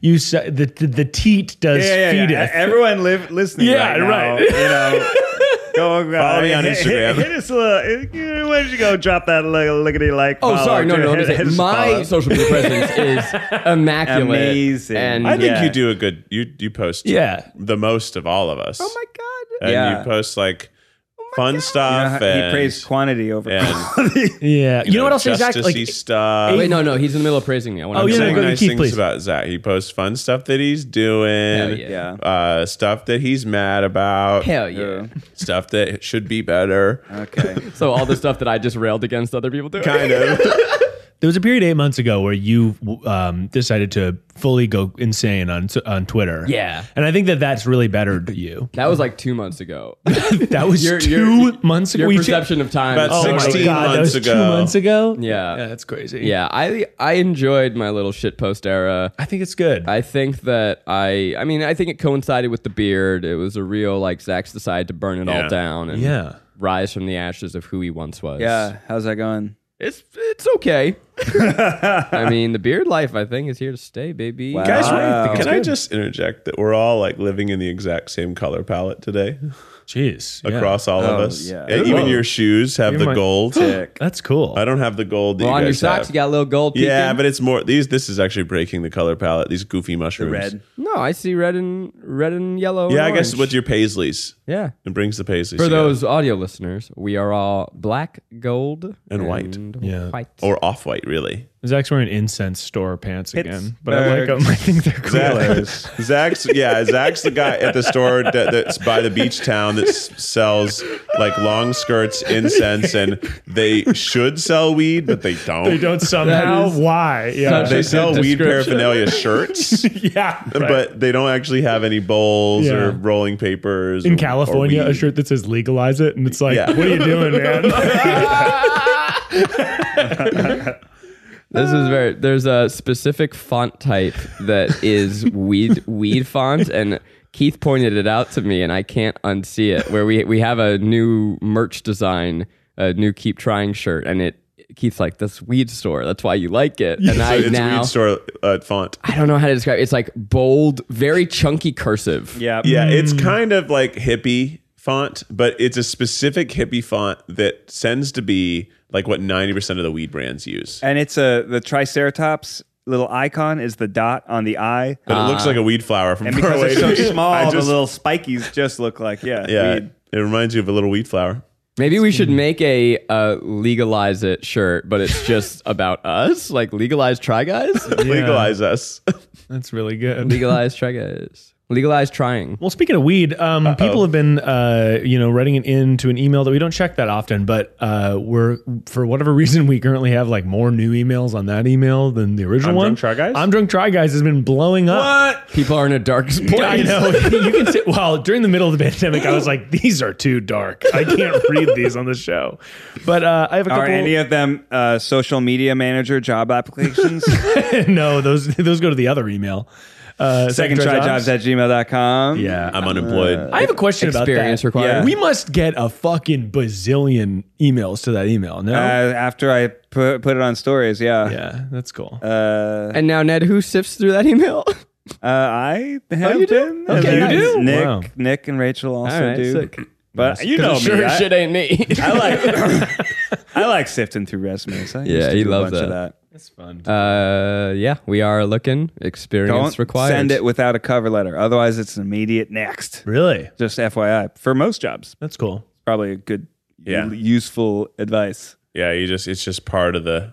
S6: you se- the the, the teat does
S4: yeah, yeah,
S6: feed
S4: yeah.
S6: it.
S4: Everyone live listening.
S6: Yeah,
S4: right. now,
S6: right.
S4: You know, go uh,
S1: Follow me on
S4: hit-
S1: Instagram.
S4: Hit, hit us a little. Why don't you go drop that little lickety like?
S3: Oh,
S4: follow
S3: sorry. No,
S4: to-
S3: no, no.
S4: hit- hit us
S3: My
S4: follow.
S3: social media presence is immaculate.
S4: Amazing.
S3: And
S1: I think
S4: Yeah.
S1: you do a good. You you post.
S6: yeah,
S1: The most of all of us.
S3: oh my god.
S1: And
S4: Yeah.
S1: you post like fun
S4: Yeah,
S1: stuff. and,
S4: he praised quantity over
S1: and,
S4: quality.
S6: yeah. You, know what else? Exactly.
S1: Exactly.
S6: Like,
S1: stuff.
S3: Wait, no, no. He's in the middle of praising me. I want
S6: Oh,
S3: to
S6: yeah,
S1: saying
S6: go to
S1: nice
S6: Keith,
S1: things
S6: please.
S1: about Zach. He posts fun stuff that he's
S3: Hell
S1: doing.
S3: yeah.
S4: yeah.
S1: Uh, stuff that he's mad about.
S3: Hell yeah.
S1: Stuff that should be better.
S4: Okay.
S3: So all the stuff that I just railed against other people doing.
S1: Kind of.
S6: there was a period eight months ago where you um, decided to fully go insane on on Twitter.
S3: Yeah.
S6: and I think that that's really bettered you.
S3: That was like two months ago.
S6: That was
S3: Your- your-
S6: 2 months ago.
S3: Your
S6: We did-
S3: perception of time.
S1: About
S3: is-
S6: oh my
S1: 16
S6: god, that
S1: months
S6: was two
S1: ago.
S6: months ago.
S3: Yeah.
S6: yeah, that's crazy.
S3: yeah, I I enjoyed my little shit post era.
S6: I think it's good.
S3: I think that I I mean I think it coincided with the beard. It was a real like Zach's decided to burn it
S1: Yeah.
S3: all down and
S6: yeah,
S3: rise from the ashes of who he once was.
S4: Yeah. How's that going?
S3: It's it's okay. I mean, the beard life I think is here to stay, baby.
S4: Wow.
S1: Guys,
S4: Wow.
S1: wait, Uh, can
S4: That's
S1: I just interject that we're all like living in the exact same color palette today
S6: jeez, yeah.
S1: across all of
S4: Oh,
S1: us?
S4: yeah.
S1: And Even your shoes have the
S6: my-
S1: gold. I
S6: That's cool.
S1: don't have the gold that
S3: Well,
S1: you
S3: on
S1: guys
S3: your socks
S1: have.
S3: you got a little gold. Peeking.
S1: yeah, but it's more these. This is actually breaking the color palette. These goofy mushrooms.
S4: Red.
S3: no, I see red and red and yellow. and
S1: Yeah, I guess
S3: orange.
S1: with your paisleys,
S3: yeah.
S1: it brings the paisleys
S3: For
S1: together.
S3: those audio listeners, we are all black, gold,
S1: And white.
S6: Yeah.
S3: white.
S1: or off white, really.
S6: Zach's wearing incense store pants again, but I like
S4: Pittsburgh.
S6: them. I think they're cool.
S1: Zach, Zach's yeah, Zach's the guy at the store that, that's by the beach town that s- sells like long skirts, incense, and they should sell weed, but they don't.
S6: They don't somehow.
S3: is
S6: Why? Yeah.
S3: such
S1: They
S3: That's a
S1: sell
S3: good
S1: weed
S3: description.
S1: paraphernalia shirts,
S6: yeah. right.
S1: but they don't actually have any bowls
S6: Yeah.
S1: or rolling papers. or-
S6: in
S1: or
S6: California, a
S1: weed.
S6: shirt that says legalize it, and it's like,
S1: Yeah.
S6: what are you doing, man?
S3: This
S1: Uh.
S3: is very. There's a specific font type that is weed weed font, and Keith pointed it out to me, and I can't unsee it. Where we we have a new merch design, a new keep trying shirt, and it Keith's like this weed store. That's why you like it, and I
S1: It's
S3: now
S1: weed store uh, font.
S3: I don't know how to describe. it. It's like bold, very chunky cursive.
S4: Yeah.
S6: Hmm.
S1: Yeah, it's kind of like hippie font, but it's a specific hippie font that tends to be like what 90% of the weed brands use.
S4: And it's a the Triceratops little icon is the dot on the eye.
S1: But it
S6: Ah.
S1: looks like a weed flower from
S4: And
S1: far
S4: because
S1: away.
S4: it's so
S1: I
S4: small, the
S1: just-
S4: little spikies just look like yeah.
S1: yeah,
S4: weed.
S1: it reminds you of a little weed flower.
S3: Maybe we
S1: Mm-hmm.
S3: should make a uh, legalize it shirt, but it's just about us, like legalize try guys,
S1: Legalize us.
S6: That's really good.
S3: legalize try guys, legalize trying.
S6: Well, speaking of weed, um, people have been, uh, you know, writing it into an email that we don't check that often, but uh, we're for whatever reason we currently have like more new emails on that email than the original
S5: I'm
S6: one.
S5: Drunk Try Guys?
S6: I'm drunk try guys has been blowing up.
S5: What?
S3: People are in a dark place.
S6: I know. you can say, well, during the middle of the pandemic, I was like, these are too dark. I can't read these on the show. But uh, I have a
S4: Are
S6: couple.
S4: any of them uh, social media manager job applications?
S6: no, those those go to the other email. Uh,
S4: Second try Um, jobs at gmail.com.
S6: yeah.
S1: I'm unemployed.
S6: I have a question about that.
S3: Experience required.
S4: Yeah.
S6: Uh, We must get a fucking bazillion emails to that email. No,
S4: Uh, after I put, put it on stories, yeah.
S6: yeah, that's cool.
S4: Uh,
S3: And now Ned, who sifts through that email?
S4: uh, I have
S3: you do?
S4: been.
S3: Okay,
S4: and
S3: you
S4: there's
S6: do?
S4: Nick,
S6: Wow.
S4: Nick, and Rachel also
S3: All right,
S4: do.
S3: sick.
S4: But you know me.
S3: sure
S4: I,
S3: shit ain't me.
S4: I like I like sifting through resumes. I used
S3: Yeah,
S4: to
S3: he
S4: do a
S3: loves
S4: bunch of
S3: that.
S6: fun.
S3: uh, yeah, we are looking. Experience
S4: Don't
S3: required.
S4: send it without a cover letter. Otherwise, it's an immediate next.
S6: really,
S4: Just FYI, for most jobs,
S6: that's cool.
S4: probably a good,
S1: Yeah.
S4: u- useful advice.
S1: Yeah, you just it's just part of the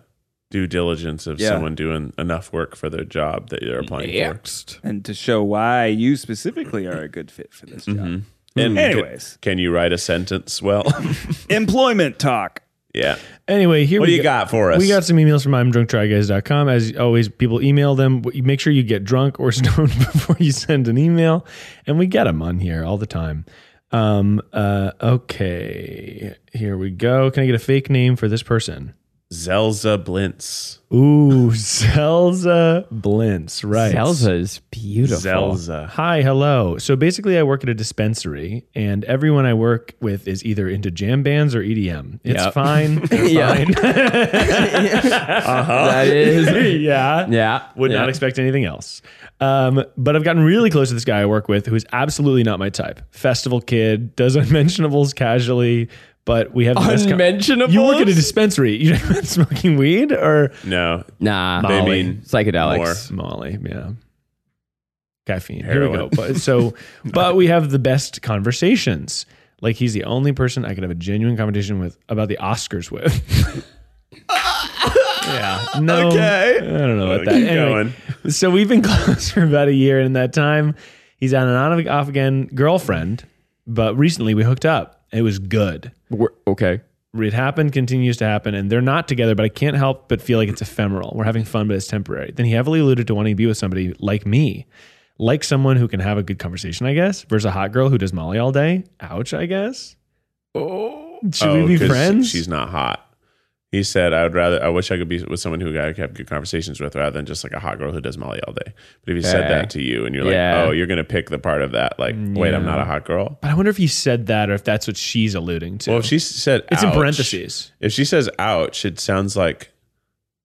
S1: due diligence of
S4: Yeah.
S1: someone doing enough work for their job that you're applying
S3: Next.
S4: and to show why you specifically are a good fit for this job.
S1: for. And
S4: Anyways.
S1: can, can you write a sentence well?
S4: Employment talk.
S1: yeah.
S6: Anyway, here
S1: What
S6: we
S1: do you got for us?
S6: We got some emails from I'mDrunkTryGuys.com. As always, people email them. W- Make sure you get drunk or stoned before you send an email, and we get them on here all the time. Um, uh, okay, here we go. Can I get a fake name for this person?
S1: Zelza Blintz.
S6: Ooh, Zelza Blintz, right?
S3: Zelza is beautiful.
S1: Zelza.
S6: Hi, hello. So basically, I work at a dispensary, and everyone I work with is either into jam bands or EDM. It's
S3: Yep.
S6: fine. They're
S3: Yeah.
S6: fine.
S3: That is.
S6: yeah.
S3: Yeah.
S6: Would
S3: yeah.
S6: not expect anything else. Um, but I've gotten really close to this guy I work with who is absolutely not my type. Festival kid, does unmentionables casually, but we have the best com-
S3: Unmentionables?
S6: You work at a dispensary. You're not smoking weed or
S1: No.
S3: Nah.
S1: They
S6: Molly.
S1: mean
S3: Psychedelics.
S6: Molly, yeah. Caffeine. Here we
S1: Heroin.
S6: go. But so but we have the best conversations. Like he's the only person I could have a genuine conversation with about the Oscars with. yeah. No.
S1: Okay.
S6: I don't know about
S1: Well,
S6: that.
S1: keep
S6: Anyway, so we've been close for about a year, and in that time, he's had an on and off again girlfriend. But recently, we hooked up. It was good
S3: We're- okay.
S6: it happened continues to happen and they're not together but i can't help but feel like it's ephemeral we're having fun but it's temporary then he heavily alluded to wanting to be with somebody like me like someone who can have a good conversation i guess versus a hot girl who does molly all day ouch i guess oh should
S1: Oh,
S6: we be
S1: 'cause
S6: friends
S1: She's not hot. He said, I would rather, I wish I could be with someone who I could have good conversations with rather than just like a hot girl who does Molly all day. But if he said
S3: Okay.
S1: that to you and you're like,
S3: Yeah.
S1: oh, you're going to pick the part of that, like, wait, I'm not a hot girl.
S6: but i wonder if he said that or if that's what she's alluding to
S1: Well, if she said,
S6: it's in
S1: ouch-
S6: parentheses
S1: If she says ouch, it sounds like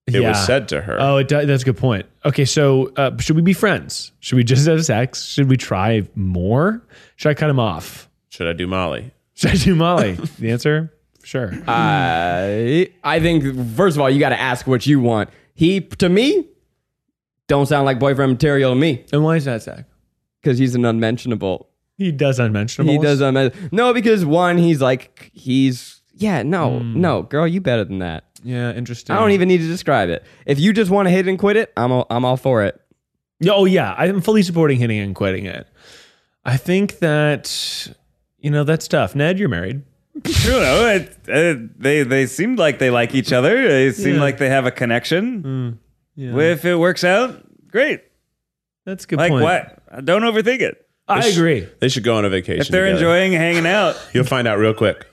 S1: it was said to her.
S6: Oh, it does, that's a good point. Okay, so uh, should we be friends? Should we just have sex? Should we try more? Should I cut him off?
S1: Should I do Molly?
S6: Should I do Molly? the answer, sure.
S3: I I think first of all, you got to ask what you want. He to me don't sound like boyfriend material to me
S6: And why is that, Zach?
S3: because he's an unmentionable.
S6: He does unmentionables.
S3: He does unmen- No, because one, he's like he's yeah. No, no, girl, you better than that.
S6: Hmm. Yeah, interesting.
S3: I don't even need to describe it. If you just want to hit and quit it, I'm all, I'm all for it.
S6: Oh yeah, I'm fully supporting hitting and quitting it. I think that you know that's tough. Ned, you're married.
S4: You know, it, it, they they seem like they like each other. They seem like they have a
S3: Hmm.
S4: connection. If it works out, great.
S6: That's a good
S4: like
S6: point.
S4: what? Don't overthink it.
S6: I agree.
S1: They should go on a vacation.
S4: If they're
S1: together.
S4: enjoying hanging out,
S1: You'll find out real quick.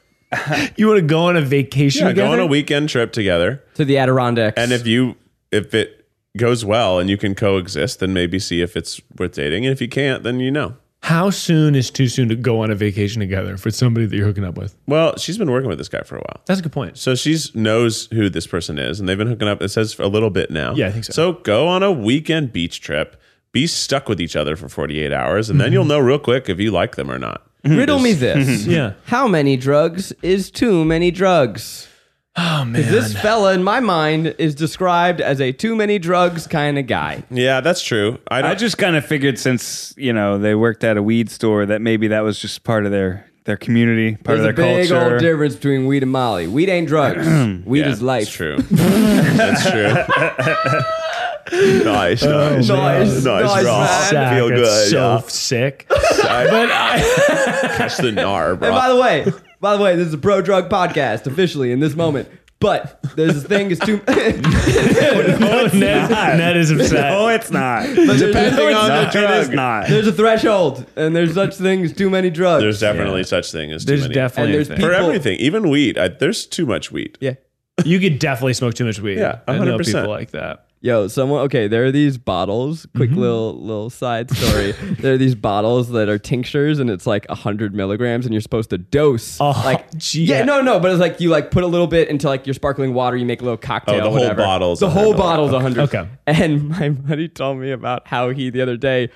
S6: You want to go on a vacation?
S1: Yeah, go on
S6: together?
S1: a weekend trip together.
S3: To the Adirondacks.
S1: And if you if it goes well and you can coexist, then maybe see if it's worth dating. And if you can't, then you know.
S6: How soon is too soon to go on a vacation together for somebody that you're hooking up with?
S1: Well, she's been working with this guy for a while.
S6: That's a good point.
S1: So she's knows who this person is and they've been hooking up it says for a little bit now.
S6: Yeah, I think so.
S1: So go on a
S6: Mm-hmm.
S1: weekend beach trip, be stuck with each other for 48 hours and then you'll know real quick if you like them or not.
S3: Riddle me this.
S6: Yeah.
S3: How many drugs is too many drugs?
S6: Oh man.
S3: This fella, in my mind, is described as a too many drugs kind of guy.
S1: Yeah, that's true. I don't.
S4: I just kind of figured since you know they worked at a weed store that maybe that was just part of their their community, part
S3: There's a
S4: of their
S3: big
S4: culture.
S3: old difference between weed and Molly. Weed ain't drugs. weed
S1: yeah,
S3: is life.
S1: That's true. that's true.
S6: Oh,
S1: nice, nice,
S3: Nice, nice,
S1: Ross.
S3: man.
S1: Feel good.
S6: so
S1: yeah.
S6: sick.
S1: Catch the gnar, bro.
S3: And by the way, by the way, this is a pro drug podcast officially in this moment. But there's a thing is too.
S6: oh, Ned, Ned is upset.
S1: Oh,
S4: No, it's not.
S1: Depending on
S4: No,
S1: the drug.
S4: it is not.
S3: there's a threshold, and there's such thing as too many drugs.
S1: There's definitely such thing as
S6: There's
S1: too many.
S6: definitely
S3: and there's
S6: a thing.
S3: people-
S1: for everything, even weed. I, there's too much weed.
S3: yeah.
S6: you could definitely smoke too much weed.
S1: Yeah,
S6: I know
S1: 100%.
S6: people like that.
S3: Yo, someone. Okay, there are these bottles. Quick
S6: Mm-hmm.
S3: little little side story. there are these bottles that are tinctures, and it's like hundred milligrams, and you're supposed to dose.
S6: Oh,
S3: like,
S6: gee,
S3: yeah,
S6: yeah.
S3: no, no, but it's like you like put a little bit into like your sparkling water. You make a little
S6: Oh,
S3: cocktail.
S1: the whole
S3: whatever.
S1: bottle's
S3: The whole
S1: 100.
S3: bottle's hundred.
S6: Okay.
S3: And my buddy told me about how he the other day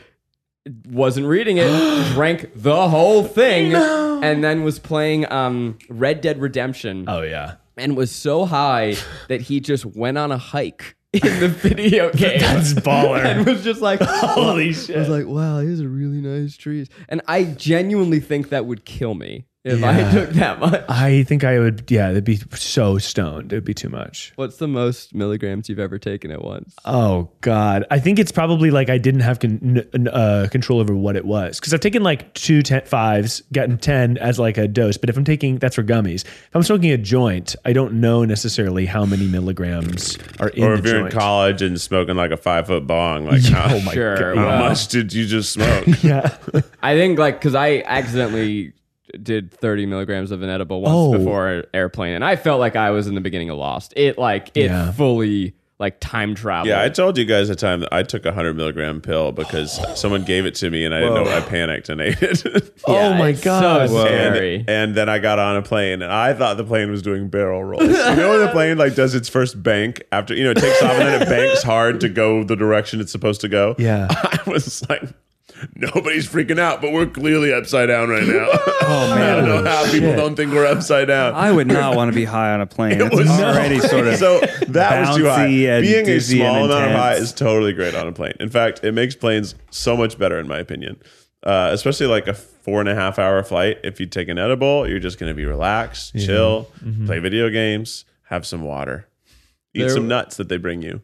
S3: wasn't reading it, drank the whole thing, and then was playing um, Red Dead Redemption
S6: Oh yeah.
S3: and was so high that he just went on a hike in the video game.
S6: That's
S3: and
S6: baller.
S3: was just like,
S6: Holy
S3: I was
S6: shit.
S3: like, wow, these are really nice trees. And I genuinely think that would kill me if I took that much.
S6: I think I would. Yeah, it'd be so stoned. It'd be too much.
S3: What's the most milligrams you've ever taken at once?
S6: Oh God, I think it's probably like I didn't have con- n- n- uh, control over what it was because I've taken like two ten- fives, gotten ten as like a dose. But if I'm taking that's for gummies. If I'm smoking a joint, I don't know necessarily how many milligrams are in
S1: Or
S6: the
S1: if you're in
S6: joint. Oh
S1: college and smoking like a five foot bong, like how,
S3: Sure.
S1: how
S3: well,
S1: much did you just smoke?
S6: Yeah.
S3: I think like because I accidentally did 30 milligrams of an edible once
S6: Oh.
S3: before an airplane, and I felt like I was in the beginning of Lost. It like it
S6: Yeah.
S3: fully like time travel.
S1: Yeah, I told you guys the time that I took a hundred milligram pill because someone gave it to me and I didn't know. I panicked and ate it.
S6: oh my
S3: it's
S6: God.
S3: so scary.
S1: and, and then I got on a plane and I thought the plane was doing barrel rolls. You know when the plane like does its first bank after you know it takes off and then it banks hard to go the direction it's supposed to go.
S6: Yeah.
S1: I was like, nobody's freaking out, but we're clearly upside down right now.
S4: Oh
S1: I don't
S4: man,
S1: know how people don't think we're upside down.
S4: I would not want to be high on a plane. It
S1: was
S4: was already sort of
S1: so that was too high.
S4: bouncy and
S1: Being a
S4: dizzy
S1: small
S4: and
S1: amount of
S4: intense.
S1: high is totally great on a plane. In fact, it makes planes so much better, in my opinion. Uh, especially like a four and a half hour flight. If you take an edible, you're just going to be relaxed, chill,
S4: Mm-hmm.
S1: play video games, have some water, eat
S3: There-
S1: some nuts that they bring you.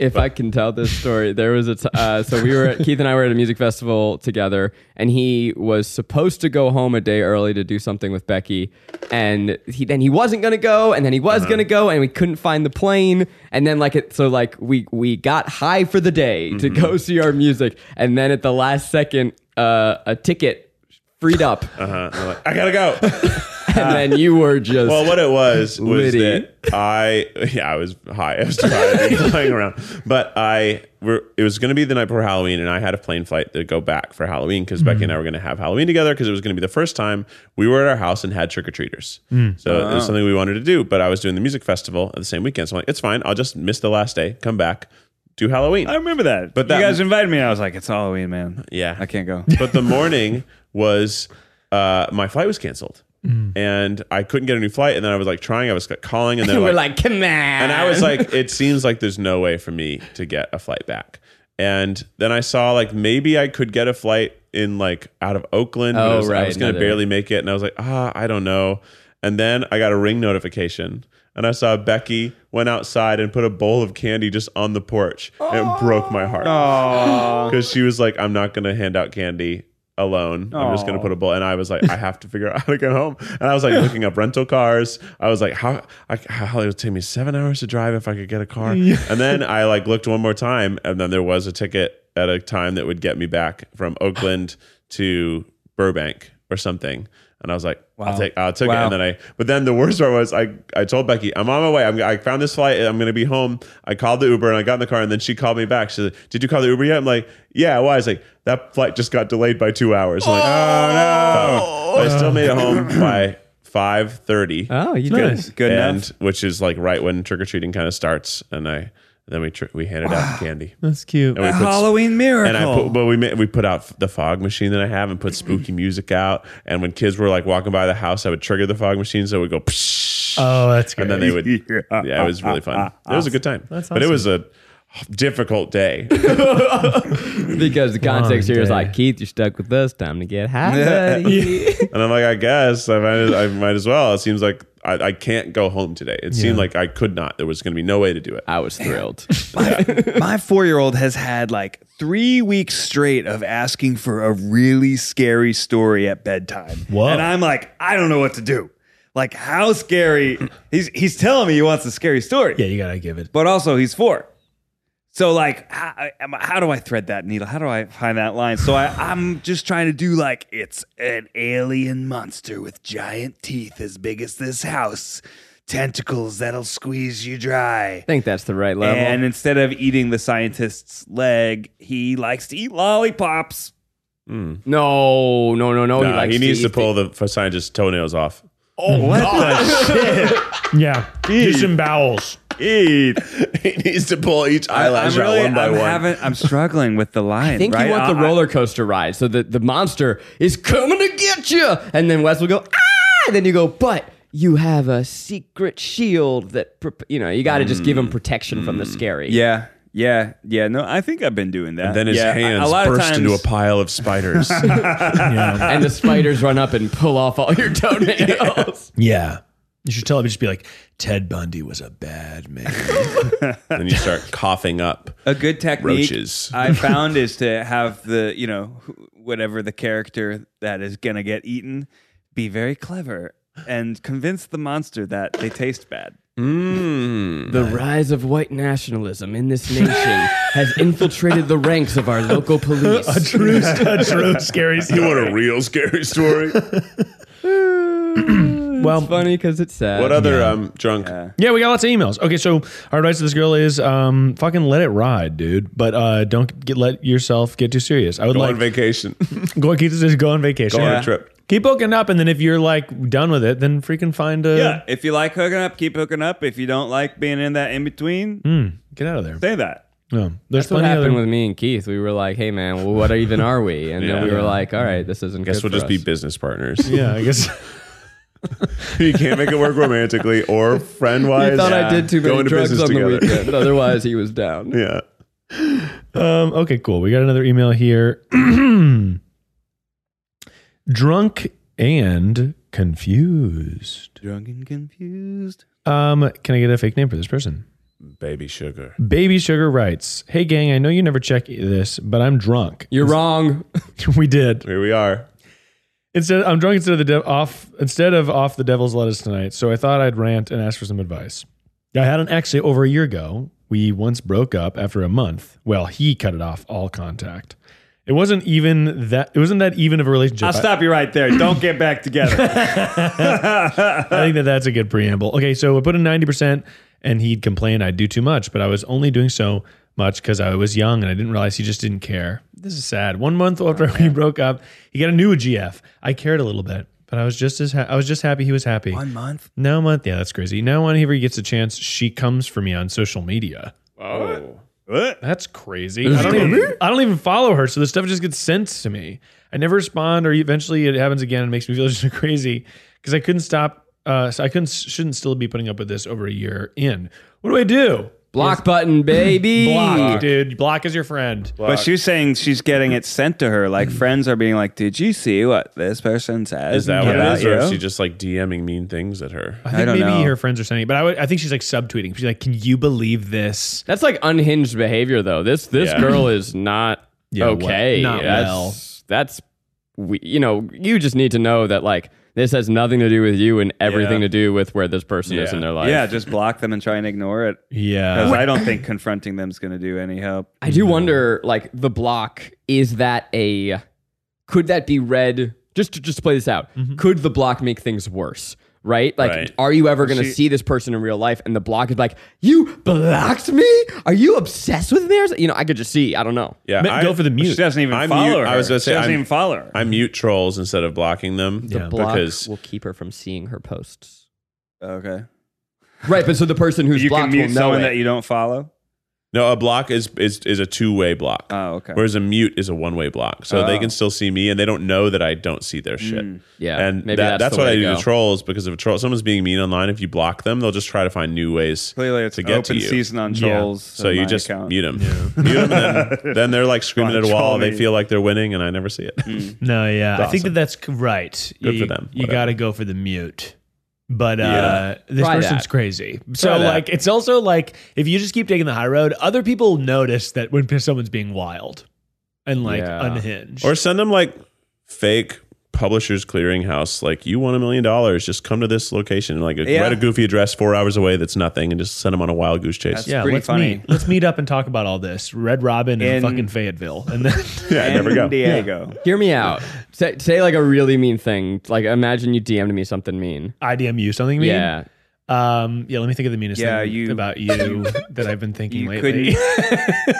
S3: if I can tell this story, there was a t- uh, so we were at, Keith and I were at a music festival together, and he was supposed to go home a day early to do something with Becky, and he then he wasn't gonna go, and then he
S1: Uh-huh.
S3: was gonna go, and we couldn't find the plane, and then like it so like we we got high for the day to
S1: Mm-hmm.
S3: go see our music, and then at the last second, uh, a ticket freed up,
S1: Uh, I'm like, I gotta go.
S3: and then you were just
S1: Well, what it was was
S3: Liddy.
S1: that I yeah I was high. I was driving, flying around, but I were it was going to be the night before Halloween, and I had a plane flight to go back for Halloween because Becky
S3: Mm.
S1: and I were going to have Halloween together because it was going to be the first time we were at our house and had trick or treaters.
S3: Mm.
S1: So it
S4: Oh.
S1: was something we wanted to do, but I was doing the music festival at the same weekend, so I'm like, it's fine. I'll just miss the last day, come back, do Halloween.
S4: I remember
S1: But
S4: that. But
S1: that-
S4: you guys invited me, and I was like, "It's Halloween, man.
S1: Yeah.
S4: I can't go."
S1: but the morning was uh, my flight was canceled.
S3: Mm.
S1: And I couldn't get a new flight, and then I was like trying. I was like, calling, and then
S3: we're like, come on,
S1: and I was like, it seems like there's no way for me to get a flight back. And then I saw like maybe I could get a flight in like out of Oakland. but
S3: Oh,
S1: I was, I
S3: right,
S1: was gonna
S3: another-
S1: barely make it, and I was like, ah, I don't know. And then I got a ring notification, and I saw Becky went outside and put a bowl of candy just on the porch, and it broke my heart because she was like, I'm not gonna hand out candy alone. I'm just gonna put a bowl. And I was like, I have to figure out how to get home. And I was like looking up rental cars. I was like, how I, how it would take me seven hours to drive if I could get a car. And then I like looked one more time, and then there was a ticket at a time that would get me back from Oakland to Burbank or something. And I was like, I'll take, I'll take it.
S4: Wow.
S1: And then I, but then the worst part was I, I told Becky, I'm on my way. I'm, I found this flight. I'm going to be home. I called the Uber and I got in the car and then she called me back. She said, did you call the Uber yet? I'm like, yeah, why? I was like, that flight just got delayed by two hours. I'm like, oh, no. But I still made it home by 5.30.
S3: oh, you
S6: Nice.
S3: did.
S4: Good
S1: and
S4: enough.
S1: which is like right when trick or treating kind of starts. And I, then we tr- we handed out candy.
S6: That's cute.
S1: And we put-
S4: Halloween miracle.
S1: and I put, but we ma- we put out the fog machine that I have and put spooky music out. And when kids were like walking by the house, I would trigger the fog machine, so it would go. Psh,
S6: Oh, that's great.
S1: And then they would.
S4: Yeah.
S1: Yeah, it was really fun. It was a good time. But it was a difficult day.
S3: because the context here is
S6: day.
S3: like Keith, you're stuck with us. Time to get high, buddy.
S1: And I'm like, I guess I might, as, I might as well. It seems like I, I can't go home today. It seemed like I could not. There was going to be no way to do it.
S3: I was thrilled.
S4: My four year old has had like three weeks straight of asking for a really scary story at bedtime.
S6: Whoa.
S4: And I'm like, I don't know what to do. Like, how scary? He's he's telling me he wants a scary story,
S6: yeah, you gotta give it.
S4: but also he's four. So like, how, am I- how do I thread that needle? How do I find that line? So I, I'm just trying to do like, it's an alien monster with giant teeth as big as this house, tentacles that'll squeeze you dry.
S3: I think that's the right level.
S4: And instead of eating the scientist's leg, he likes to eat lollipops.
S3: no, no, no, no.
S1: Nah, he,
S3: likes
S1: needs
S3: eat
S1: to
S3: the-
S1: pull the scientist's toenails off. Oh,
S6: Yeah, disembowels.
S4: Eat.
S1: he needs to pull each eyelash
S4: I'm
S1: out one by
S4: I'm
S1: one.
S4: having- I'm struggling with the line.
S3: I think
S4: right? Uh,
S3: you want
S4: I-
S3: the roller coaster ride, so that the monster is coming to get you, and then Wes will go ah, and then you go, but you have a secret shield that prop-" you know you got to just give him protection from the scary.
S4: Yeah, yeah, yeah. No, I think I've been doing that.
S1: and then his
S4: yeah,
S1: hands burst into a pile of spiders.
S3: and the spiders run up and pull off all your toenails.
S6: Yeah, you should tell him. Just be like, Ted Bundy was a bad man.
S1: and you start coughing up.
S4: a good technique
S1: Roaches.
S4: I found is to have the you know wh- whatever the character that is gonna get eaten be very clever and convince the monster that they taste bad.
S1: Mm.
S3: The rise of white nationalism in this nation has infiltrated the ranks of our local police.
S6: true, a true scary
S1: You
S6: story.
S1: want a real scary story?
S6: Well,
S3: Funny because it's sad.
S1: what other um drunk?
S6: Yeah, we got lots of emails. Okay, so our advice to this girl is um, fucking let it ride, dude. But uh, don't get let yourself get too serious. I would
S1: Go
S6: like
S1: on vacation.
S6: go on, just go on vacation.
S1: Go on a trip.
S6: Keep hooking up, and then if you're like done with it, then freaking find a
S4: Yeah. If you like hooking up, keep hooking up. If you don't like being in that in between,
S6: Hmm, get out of there.
S4: say that.
S6: No, there's
S3: That's what
S6: plenty of
S3: happened
S6: other-
S3: with me and Keith. We were like, "Hey, man, well, what even are we?" And then we were like, "All right, this isn't."
S1: Guess
S3: good
S1: we'll just
S3: for
S1: be
S3: us."
S1: business partners.
S6: yeah, I guess.
S1: you can't make it work romantically or friend
S3: He
S1: wise.
S3: thought I did too many drugs on the weekend. Otherwise, he was down.
S1: Yeah.
S6: Um, okay, cool. We got another email here. Drunk and confused.
S4: Drunk and confused.
S6: Um, can I get a fake name for this person?
S1: Baby sugar.
S6: Baby Sugar writes, "Hey gang, I know you never check this, but I'm drunk.
S3: You're wrong.
S6: we did.
S1: Here we are.
S6: Instead, I'm drunk instead of the de- off instead of off the devil's lettuce tonight. So I thought I'd rant and ask for some advice. I had an ex over a year ago. We once broke up after a month. Well, he cut it off all contact. It wasn't even that. It wasn't that even of a relationship.
S4: I'll stop you right there. Don't get back together.
S6: I think that that's a good preamble. Okay, so I put in 90%, and he'd complain I'd do too much, but I was only doing so much because I was young and I didn't realize he just didn't care. This is sad. One month after we broke up, he got a new GF. I cared a little bit, but I was just as ha- I was just happy he was happy. One month? No a month. Yeah, that's crazy. Now whenever he gets a chance, she comes for me on social media.
S4: what?
S6: That's crazy. I don't, even, I don't even follow her, so this stuff just gets sent to me. I never respond, or eventually it happens again and makes me feel just crazy because I couldn't stop. Uh, so I couldn't, shouldn't still be putting up with this over a year in. What do I do?
S3: Block button, baby.
S6: Block, dude. Block is your friend.
S4: But she was saying she's getting it sent to her.
S3: Mm-hmm.
S4: Like friends are being like, "Did you see what this person says?"
S1: Is that Uh, what
S4: about
S1: it is? Or is
S4: you?"
S1: she just like DMing mean things at her?
S6: I think
S4: don't
S6: maybe
S4: know.
S6: her friends are sending, it, but I, would, I think she's like subtweeting. She's like, "Can you believe this?"
S3: That's like unhinged behavior, though. This this
S1: Yeah.
S3: girl is not
S6: Yeah, well-
S3: okay.
S6: not
S3: that's,
S6: well.
S3: That's we. You know, you just need to know that like this has nothing to do with you and everything to do with where this person is
S1: Yeah.
S3: in their life.
S4: yeah, just block them and try and ignore it. Because
S6: Yeah,
S4: I don't think confronting them is going to do any help.
S3: I do wonder, like the block, is that a? Could that be read? Just to just play this out. Could the block make things worse? Right? Like,
S1: Mm-hmm. Right.
S3: are you ever going to see this person in real life? And the block is like, you blocked me? Are you obsessed with me? Or something?" You know, I could just see. I don't know.
S1: Yeah.
S6: Ma- go for the
S4: She
S6: mute.
S4: doesn't even
S1: I'm
S4: follow
S1: mute-
S4: her.
S1: I was gonna say,
S4: she doesn't
S1: I'm-
S4: even follow her.
S1: I mute trolls instead of blocking them.
S6: The Yeah.
S3: block
S1: Because
S3: will keep her from seeing her posts.
S4: okay.
S3: Right, but so the person who's
S4: You can
S3: blocked will
S4: mute
S3: know
S4: someone
S3: it.
S4: that you don't follow.
S1: No, a block is is, is a two way block.
S4: Oh, okay.
S1: Whereas a mute is a one way block, so they can still see me, and they don't know that I don't see their shit.
S3: Yeah,
S1: and
S3: maybe
S1: that,
S3: that's
S1: that's,
S3: the
S1: what
S3: way
S1: I
S3: to
S1: do to
S3: go.
S1: trolls because if a troll someone's being mean online, if you block them, they'll just try to find new ways
S4: Clearly, it's
S1: to get
S4: open
S1: to you.
S4: season on trolls.
S1: So
S4: on
S1: you
S4: my
S1: just
S4: account.
S1: mute them. Mute 'em, and then, then they're like screaming at a
S4: Troll
S1: wall. They
S4: me. Hmm.
S1: feel like they're winning, and I never see it.
S6: No, yeah, I think
S1: awesome.
S6: that that's c- right.
S1: Good
S6: you,
S1: for them,
S6: You
S1: whatever.
S6: got to go for the mute. But uh,
S1: Yeah.
S6: this
S3: Try
S6: person's
S3: that.
S6: crazy. So
S1: Try that.
S6: like, it's also like if you just keep taking the high road, other people notice that when someone's being wild and like
S3: Yeah.
S6: unhinged.
S1: Or send them like fake publishers clearinghouse. Like you want a million dollars, just come to this location. and, Like
S4: Yeah.
S1: write a goofy address four hours away that's nothing, and just send them on a wild goose chase.
S4: That's
S6: yeah,
S4: pretty
S6: let's
S4: funny.
S6: meet. Let's meet up and talk about all this. Red Robin and
S4: In-
S6: fucking Fayetteville, and then
S1: yeah, I never
S4: And
S1: go.
S4: Diego.
S3: Hear me out. Say, say like a really mean thing. Like imagine you DM'd me something mean.
S6: IDM you something. Mean?
S3: Yeah.
S6: Um. Yeah. Let me think of the meanest
S4: Yeah,
S6: thing
S4: you-
S6: about you that I've been thinking
S4: You
S6: lately.
S4: couldn't.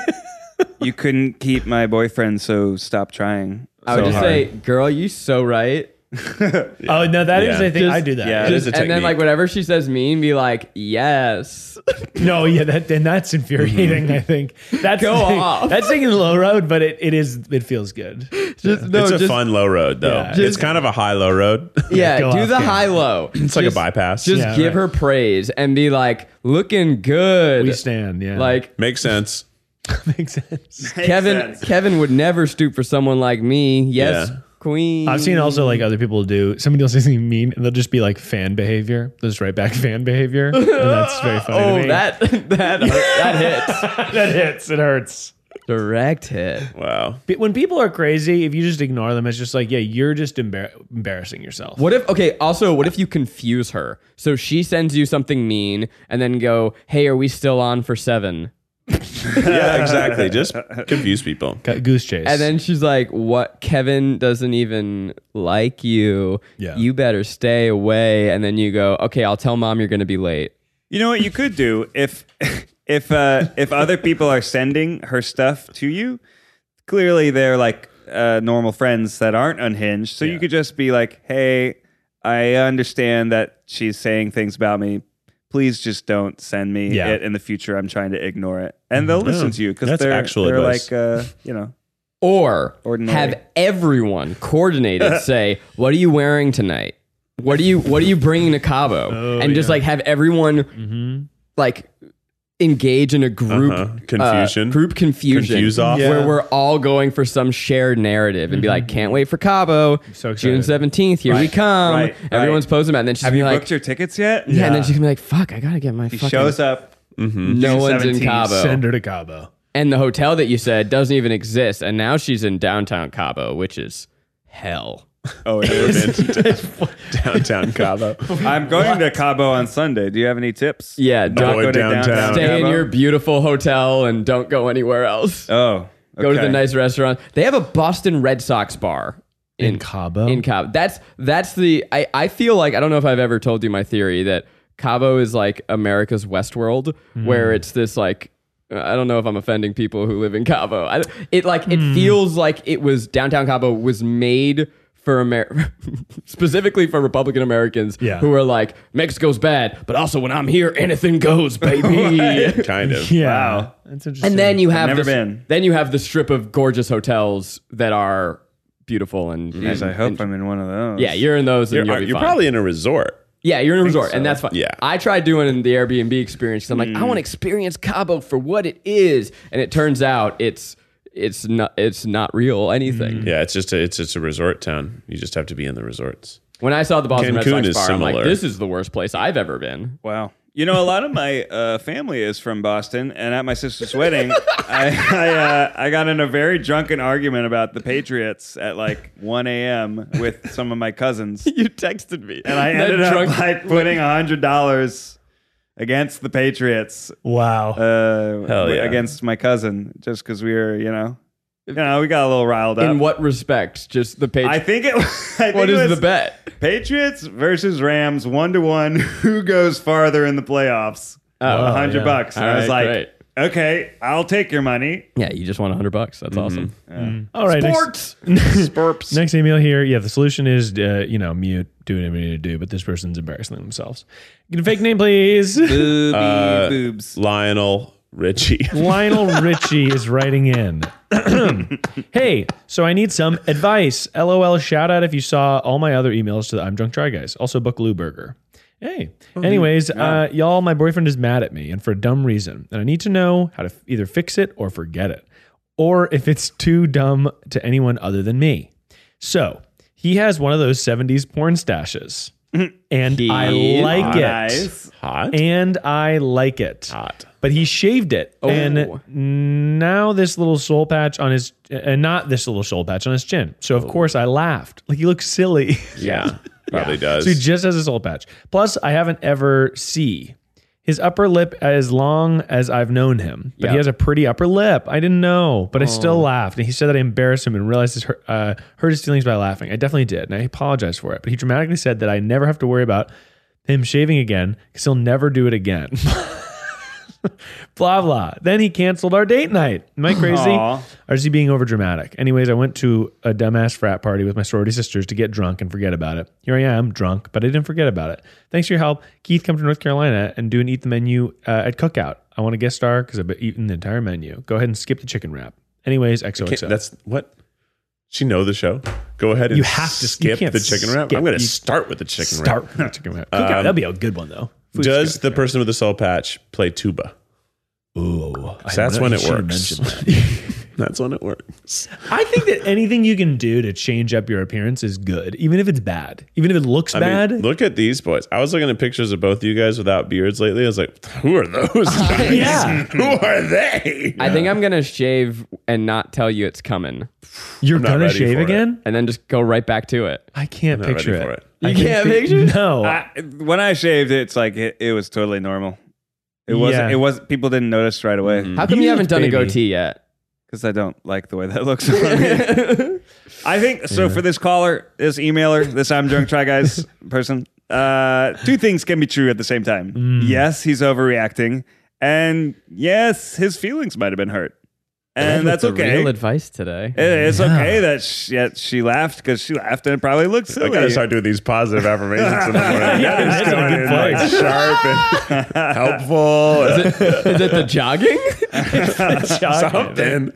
S4: you couldn't keep my boyfriend, so stop trying.
S3: I would
S4: so
S3: just
S4: hard.
S3: say, girl, you so right.
S6: Oh no, that is
S1: Yeah.
S6: I think I do that.
S4: yeah.
S1: That is a
S3: and then
S1: technique.
S3: like whatever she says mean, be like, yes.
S6: No, yeah, that and that's infuriating. I think that's
S3: Mm-hmm. Go
S6: like-
S3: off.
S6: That's taking the low road, but it, it is it feels good.
S3: Just, no,
S1: it's a
S3: just-
S1: fun low road though.
S6: Yeah.
S1: it's kind of a high low road.
S3: Yeah,
S6: go
S3: do
S6: off,
S3: the
S6: yeah.
S3: high low.
S1: it's like a bypass.
S3: Just
S6: Yeah,
S3: give
S6: right.
S3: her praise and be like, looking good.
S6: We stand. Yeah,
S3: Like
S1: makes sense.
S6: makes sense.
S3: Kevin Kevin would never stoop for someone like me. Yes,
S1: Yeah.
S3: queen.
S6: I've seen also like other people do. Somebody will say something mean, and they'll just be like fan behavior. They'll just write back fan behavior, and that's very funny. to
S3: Oh,
S6: me.
S3: that that that hits.
S6: that hits. It hurts.
S3: Direct hit.
S1: Wow.
S6: But when people are crazy, if you just ignore them, it's just like yeah, you're just embar- embarrassing yourself.
S3: What if okay, also what if you confuse her? So she sends you something mean and then go, "Hey, are we still on for 7?"
S1: Yeah, exactly. Just confuse people.
S6: Got goose chase?
S3: And then she's like, "What? Kevin doesn't even like you.
S6: Yeah.
S3: You better stay away." And then you go, "Okay, I'll tell mom you're going to be late."
S4: You know what you could do if if uh, if other people are sending her stuff to you. Clearly, they're like uh, normal friends that aren't unhinged. So you could just be like, "Hey, I understand that she's saying things about me. Please just don't send me
S6: Yeah.
S4: it in the future. I'm trying to ignore it." And they'll listen to you because
S1: That's
S4: they're
S1: actual
S4: they're
S1: advice.
S4: like uh, you know
S3: Or
S4: Ordinary.
S3: have everyone coordinated say, "What are you wearing tonight? What do you what are you bringing to Cabo?"
S4: Oh,
S3: and just like have everyone
S4: Mm-hmm.
S3: like engage in a group
S1: Uh-huh. Confusion.
S3: uh, group confusion,
S1: Confuse off.
S3: where we're all going for some shared narrative and be like, "Can't wait for Cabo,
S6: so excited.
S3: June seventeenth, here we come."
S4: Mm-hmm. right,
S3: Everyone's
S4: right.
S3: posing about, it. and then she's
S4: Have
S3: gonna
S4: you
S3: be like,
S4: booked your tickets yet?
S3: "Yeah," and then she's gonna be like, "Fuck, I gotta get my
S4: He
S3: fucking."
S4: shows up.
S3: no one's in
S4: 17th.
S3: Cabo,
S6: send her to Cabo.
S3: and the hotel that you said doesn't even exist, and now she's in downtown Cabo, which is hell.
S4: Oh, it is.
S1: Downtown Cabo.
S4: I'm going to Cabo on Sunday. Do you have any tips?
S3: Yeah,
S4: Don't
S3: don't
S1: Avoid
S4: go to
S1: downtown.
S4: downtown.
S3: stay in
S4: Cabo?
S3: your beautiful hotel and don't go anywhere else.
S4: Oh,
S3: Go to the
S4: okay.
S3: nice restaurant. They have a Boston Red Sox bar
S6: In Cabo?
S3: In Cabo. That's that's the I, I feel like I don't know if I've ever told you my theory that Cabo is like America's Westworld, where it's this like uh, I don't know if I'm offending people who live in Cabo. I, it like it feels like it was downtown Cabo was made for Amer- specifically for Republican Americans
S6: Yeah.
S3: who are like Mexico's bad, but also when I'm here, anything goes, baby.
S1: kind of.
S6: Yeah, wow, that's interesting.
S3: And then you have
S4: never
S3: this-
S4: been.
S3: Then you have the strip of gorgeous hotels that are beautiful and.
S4: Jeez,
S3: and-
S4: I hope
S3: and-
S4: I'm in one of those.
S3: yeah, you're in those.
S1: You're,
S3: and you'll be
S1: you're
S3: fine.
S1: probably in a resort.
S3: yeah, you're in a resort, and that's fine.
S1: Yeah.
S3: I tried doing the Airbnb experience because I'm like, I
S4: Hmm.
S3: want to experience Cabo for what it is, and it turns out it's it's not it's not real
S4: Hmm.
S3: anything.
S1: Yeah, it's just a, it's just a resort town. You just have to be in the resorts.
S3: When I saw the Boston Red
S1: Cancun
S3: Sox
S1: is
S3: bar, I'm like,
S1: similar.
S3: this is the worst place I've ever been.
S4: Wow. You know, a lot of my uh, family is from Boston, and at my sister's wedding, I I, uh, I got in a very drunken argument about the Patriots at like 1 a.m. with some of my cousins,
S3: You texted me,
S4: and I ended up like putting hundred dollars against the Patriots
S6: wow.
S4: uh,
S1: Hell yeah.
S4: against my cousin just because we were, you know, you know, we got a little riled up.
S3: in what respect? Just the page.
S4: I think it. I think
S3: what
S4: it
S3: is
S4: was-
S3: the bet?
S4: Patriots versus Rams, one to one. Who goes farther in the playoffs? Oh, a hundred
S6: yeah.
S4: bucks. And
S3: All
S4: I was
S3: right,
S4: like,
S3: great.
S4: okay, I'll take your money.
S3: Yeah, you just won 100 bucks. That's
S4: Mm-hmm.
S3: awesome.
S6: All right, next-
S3: Sports.
S4: Spurps.
S6: Next email here. Yeah, the solution is, uh, you know, mute, do whatever you need to do, but this person's embarrassing themselves. Get a fake name, please.
S4: Booby
S1: Uh,
S4: boobs.
S1: Lionel Richie.
S6: Lionel Richie is writing in. hey, so I need some advice. LOL shout out if you saw all my other emails to the I'm Drunk Try Guys. Also, Book Lou Burger. Hey. Anyways, uh, y'all, my boyfriend is mad at me and for a dumb reason. And I need to know how to f- either fix it or forget it, or if it's too dumb to anyone other than me. So he has one of those 70s porn stashes. And I
S3: He-
S6: like it.
S4: Nice.
S1: Hot.
S6: And I like it.
S1: Hot.
S6: But he shaved it, and now this little soul patch on his, and not this little soul patch on his chin. So of course I laughed. Like he looks silly.
S1: Yeah. Probably does.
S6: so he just has a soul patch. Plus, I haven't ever see his upper lip as long as I've known him. But
S3: Yeah.
S6: he has a pretty upper lip. I didn't know, but I still laughed. And he said that I embarrassed him and realized this hurt, uh, hurt his feelings by laughing. I definitely did, and I apologize for it. But he dramatically said that I never have to worry about him shaving again because he'll never do it again. blah blah. Then he canceled our date night. Am I crazy?
S4: Aw.
S6: Or is he being over dramatic? Anyways, I went to a dumbass frat party with my sorority sisters to get drunk and forget about it. Here I am, drunk, but I didn't forget about it. Thanks for your help. Keith, come to North Carolina and do an eat the menu uh, at Cookout. I want a guest star because I've been eating the entire menu. Go ahead and skip the chicken wrap. Anyways,
S1: Can't-
S6: XOXO.
S1: that's what. She know the show. Go ahead and
S6: You have to- you
S1: skip
S6: can't
S1: the chicken wrap.
S6: skip.
S1: I'm going to
S6: You
S1: start with the chicken
S6: Start
S1: wrap. Um,
S6: with the chicken wrap. Cookout, that'd be a good one though. Food's
S1: Does
S6: good.
S1: the person with the soul patch play tuba?
S6: Ooh, I
S1: that's
S6: know-
S1: when
S6: you
S1: it
S6: should have
S1: works.
S6: mentioned that.
S1: That's when it works.
S6: I think that anything you can do to change up your appearance is good, even if it's bad, even if it looks bad.
S1: look at these boys. I was looking at pictures of both of you guys without beards lately. I was like, who are those guys?
S6: yeah.
S1: Who are they?
S3: I think I'm gonna shave and not tell you it's coming,
S6: You're
S1: not
S6: gonna
S1: ready
S6: shave
S1: for it.
S6: again?
S3: and then just go right back to it.
S6: I can't
S1: not ready
S6: picture
S1: for
S6: it.
S1: it.
S6: I
S3: You can't
S6: fi-
S3: picture it?
S6: No.
S4: I, when I shaved it, it's like it, it was totally normal. It wasn't.
S6: Yeah.
S4: It was. People didn't notice right away
S3: How come you,
S6: You
S3: haven't done
S6: baby.
S3: a goatee yet?
S4: because I don't like the way that looks. on me. I think so. For this caller, this emailer, this I'm drunk try guys person, uh, two things can be true at the same time.
S6: Mm.
S4: Yes, he's overreacting, and yes, his feelings might have been hurt, and that's
S3: The
S4: okay.
S3: Real
S4: It-
S3: advice today.
S4: It's okay that she, that she laughed because she laughed and it probably looked
S1: I
S4: silly.
S1: gotta start doing these positive affirmations in the morning.
S6: Yeah,
S1: That is
S6: that's
S1: going
S6: a good
S1: in, like,
S6: point.
S1: sharp and helpful.
S3: Is it the jogging?
S1: something.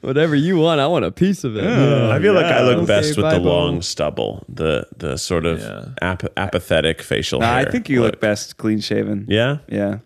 S3: Whatever you want, I want a piece of it.
S1: I feel like I look
S3: Okay,
S1: best with
S3: bye,
S1: the
S3: Bo.
S1: long stubble, the the sort of ap- apathetic facial
S4: Nah, I
S1: hair.
S4: think you look best clean shaven.
S1: Yeah,
S4: Yeah.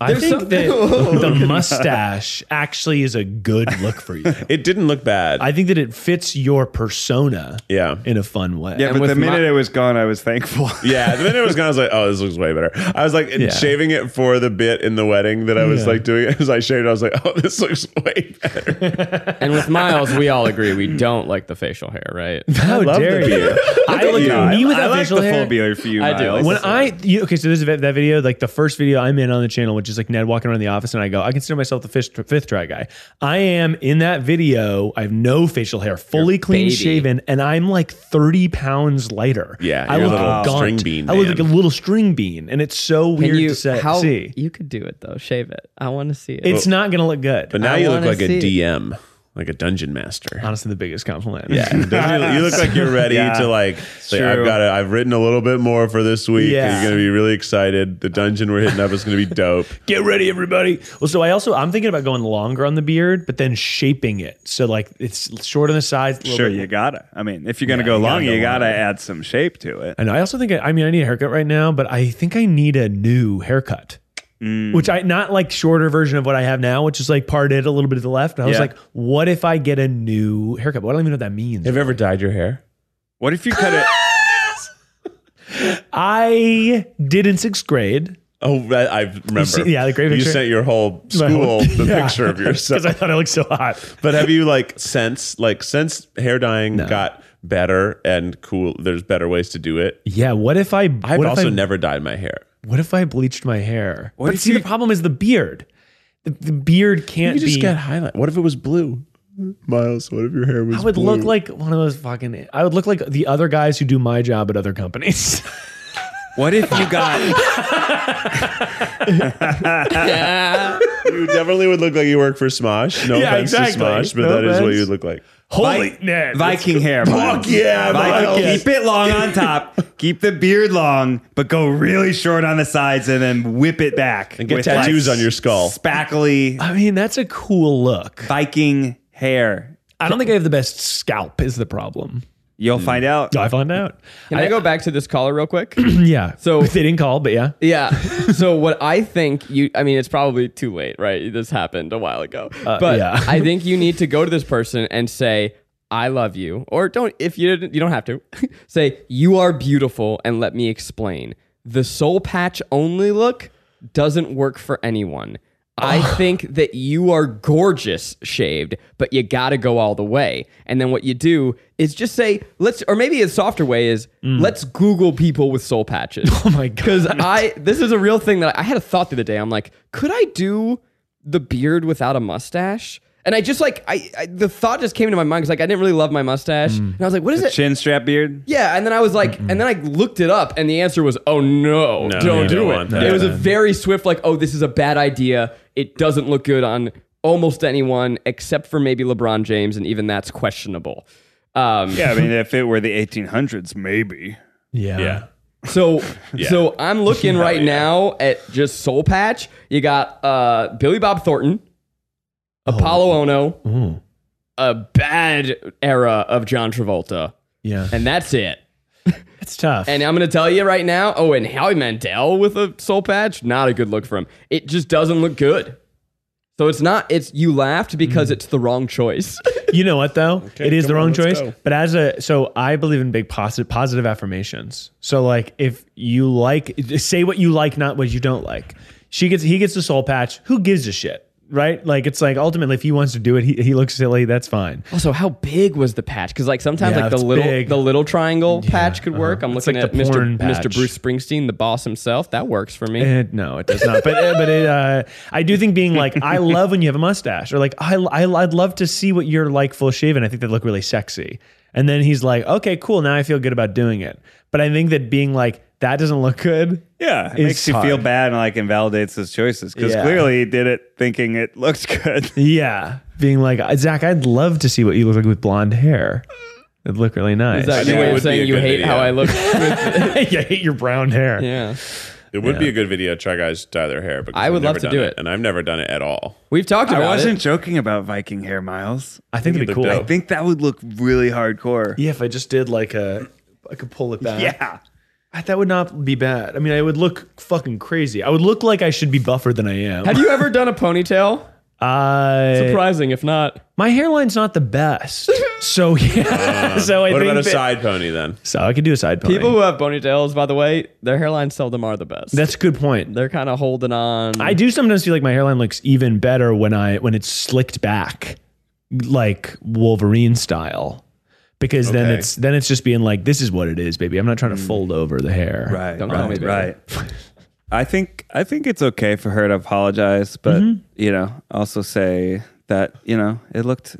S6: I think that the mustache actually is a good look for you.
S1: it didn't look bad.
S6: I think that it fits your persona
S1: yeah,
S6: in a fun way.
S4: Yeah,
S3: And
S4: but
S3: with
S4: the minute
S3: my-
S4: it was gone, I was thankful.
S1: yeah. The minute it was gone, I was like, "Oh, this looks way better." I was like shaving it for the bit in the wedding that I was like doing. As I shaved, I was like, "Oh, this looks way better."
S3: And with Miles, we all agree we don't like the facial hair, right?
S6: How dare you? I look at me with
S4: I
S6: that
S4: like
S6: facial
S4: the
S6: hair.
S4: full beard for you.
S3: I do.
S4: Miles.
S6: when I you, okay, so there's that that video, like the first video I'm in on the channel, which is like Ned walking around the office, and I go, I consider myself the fifth, fifth try guy. I am in that video. I have no facial hair, fully clean
S3: baby.
S6: shaven, and I'm like 30 pounds lighter.
S1: Yeah,
S6: I
S1: you're a
S6: look
S1: little
S6: gaunt.
S1: string bean
S6: I look
S1: man.
S6: like a little string bean, and it's so
S3: Can
S6: weird
S3: you,
S6: to say,
S3: how,
S6: see.
S3: You could do it though. Shave it. I want to see it.
S6: It's not gonna look good.
S1: But now
S3: I
S1: you look
S3: wanna
S1: like
S3: see
S1: a
S3: it.
S1: DM, like a dungeon master.
S6: honestly, the biggest compliment.
S1: Don't you, you look like you're ready to like say, I've
S4: true.
S1: got to, I've written a little bit more for this week.
S6: Yeah.
S1: You're going to be really excited. The dungeon we're hitting up is going to be dope.
S6: Get ready, everybody. Well, so I also I'm thinking about going longer on the beard, but then shaping it so like it's short on the sides. a little
S4: sure
S6: bit
S4: you gotta. I mean, if you're gonna go long, you gotta add some shape to it.
S6: And I also think I, I mean I need a haircut right now, but I think I need a new haircut.
S1: Mm.
S6: Which I not like shorter version of what I have now, which is like parted a little bit to the left. And I was
S4: Yeah.
S6: like, what if I get a new haircut? But I don't even know what that means.
S1: you ever dyed your hair?
S4: What if you cut it?
S6: I did in sixth grade
S1: Oh, I, I remember.
S6: see- yeah, the great
S1: You
S6: picture.
S1: sent your whole
S6: My
S1: school
S6: whole-
S1: the
S6: Yeah.
S1: picture of yourself.
S6: because I thought I looked so hot.
S1: but have you like since like since hair dyeing got better and cool? There's better ways to do it.
S6: Yeah, what if I?
S1: I've
S6: what
S1: also
S6: if I,
S1: never dyed my hair.
S6: What if I bleached my hair?
S4: What
S6: but
S4: if
S6: see,
S4: you-
S6: the problem is the beard. The, the beard
S1: You
S6: can't
S1: just
S6: be.
S1: get highlight. What if it was blue, Miles? What if your hair was?
S6: I would
S1: blue?
S6: look like one of those fucking. I would look like the other guys who do my job at other companies.
S4: What if you got?
S1: you definitely would look like you work for Smosh. No
S6: Yeah,
S1: offense
S6: exactly.
S1: to Smosh, but
S6: No
S1: that is what
S6: offense.
S1: you would look like.
S4: Holy
S2: yeah,
S4: Viking hair. Miles.
S9: yeah,
S4: Viking-
S9: Miles.
S4: Keep it long on top. keep the beard long, but go really short on the sides, and then whip it back
S1: And get tattoos on your skull.
S4: Spackly
S6: I mean, that's a cool look.
S4: Viking hair.
S6: I don't think I have the best scalp. Is the problem?
S4: You'll find out.
S6: I find out.
S3: Can I, go back to this caller real quick?
S6: Yeah.
S3: So-
S6: they didn't call, but yeah.
S3: yeah. So what I think you, I mean, it's probably too late, right? This happened a while ago, but
S6: yeah.
S3: I think you need to go to this person and say, "I love you," or don't. If you didn't, you don't have to say, "You are beautiful," and let me explain. The soul patch only look doesn't work for anyone. I think that you are gorgeous shaved, but you got to go all the way. And then what you do is just say, let's, or maybe a softer way is, let's Google people with soul patches.
S6: Oh my god.
S3: Because I, this is a real thing that I, I had a thought the other day. I'm like, could I do the beard without a mustache? And I just like, I, I the thought just came into my mind because like I didn't really love my mustache,
S1: Mm.
S3: and I was like, what is it?
S4: Chin strap beard.
S3: Yeah, and then I was like, and then I looked it up, and the answer was, oh no,
S1: you
S3: don't do
S1: don't
S3: it.
S1: want that.
S3: It was a very swift, like, oh, this is a bad idea. It doesn't look good on almost anyone except for maybe LeBron James, and even that's questionable. Um,
S4: Yeah, I mean, if it were the 1800s, maybe.
S6: yeah.
S1: Yeah.
S3: So, so I'm looking right now at just Soul Patch. You got uh, Billy Bob Thornton, Apollo Ono,
S6: Ooh.
S3: a bad era of John Travolta,
S6: Yeah.
S3: and that's it.
S6: It's tough.
S3: And I'm going to tell you right now. Oh, and Howie Mandel with a soul patch, not a good look for him. It just doesn't look good. So it's not. It's you laughed because it's the wrong choice.
S6: you know what though? it is the
S1: come
S6: wrong
S1: on, let's
S6: choice.
S1: go.
S6: But as a so I believe in big positive positive affirmations. So like if you like say what you like, not what you don't like. She gets he gets the soul patch. Who gives a shit? Right? Like it's like ultimately if he wants to do it, he, he looks silly, that's fine.
S3: also, how big was the patch? Because like sometimes
S6: Yeah,
S3: like the
S6: it's
S3: little
S6: big. uh-huh.
S3: the little triangle patch could work. I'm
S6: It's
S3: looking
S6: like
S3: at
S6: the porn
S3: Mr.
S6: patch.
S3: Mr. Bruce Springsteen, the boss himself. That works for me.
S6: Eh, no, it does not. But eh, but it, uh, I do think being like I love when you have a mustache, or like I, I would love to see what you're like full shaven. I think they look really sexy. And then he's like, okay, cool. Now I feel good about doing it. But I think that being like that doesn't look good.
S4: Yeah, it
S6: is
S4: makes you feel
S6: hard.
S4: bad and like invalidates his choices because
S6: Yeah.
S4: clearly he did it thinking it looked good.
S6: Yeah, being like Zach, I'd love to see what you look like with blonde hair. It'd look really nice.
S3: Is that
S1: think
S3: your
S1: it
S3: way
S1: would
S3: of
S1: be a
S3: saying you
S1: good
S3: hate
S1: idea.
S3: how I look?
S6: yeah, hate your brown hair.
S3: yeah.
S1: It would be a good video. to Try guys dye their hair. Because
S3: I would
S1: I've
S3: love
S1: never
S3: to
S1: done
S3: do it.
S1: and I've never done it at all.
S3: We've talked
S4: I
S3: about
S4: wasn't
S3: it.
S4: joking about Viking hair, Miles.
S6: I think it'd be
S1: It'd look
S6: cool.
S4: I
S1: dope.
S4: think that would look really hardcore.
S6: Yeah, if I just did like a, I could pull it back.
S4: Yeah.
S6: I- that would not be bad. I mean, I would look fucking crazy. I would look like I should be buffer than I am.
S3: Have you ever done a ponytail?
S6: I-
S3: Surprising, if not.
S6: my hairline's not the best, so yeah. so I
S1: Uh, What
S6: think
S1: about a
S6: that-
S1: side pony then?
S6: So I could do a side pony.
S3: People who have ponytails, by the way, their hairlines seldom are the best.
S6: That's a good point.
S3: They're kind of holding on.
S6: I do sometimes feel like my hairline looks even better when I when it's slicked back, like Wolverine style, because then
S1: Okay. Mm.
S6: it's then it's just being like, this is what it is, baby. I'm not trying to fold over the hair.
S4: Right.
S3: Don't call me
S4: right.
S3: baby.
S4: right. I think I think it's okay for her to apologize, but you know, also say that, you know, it looked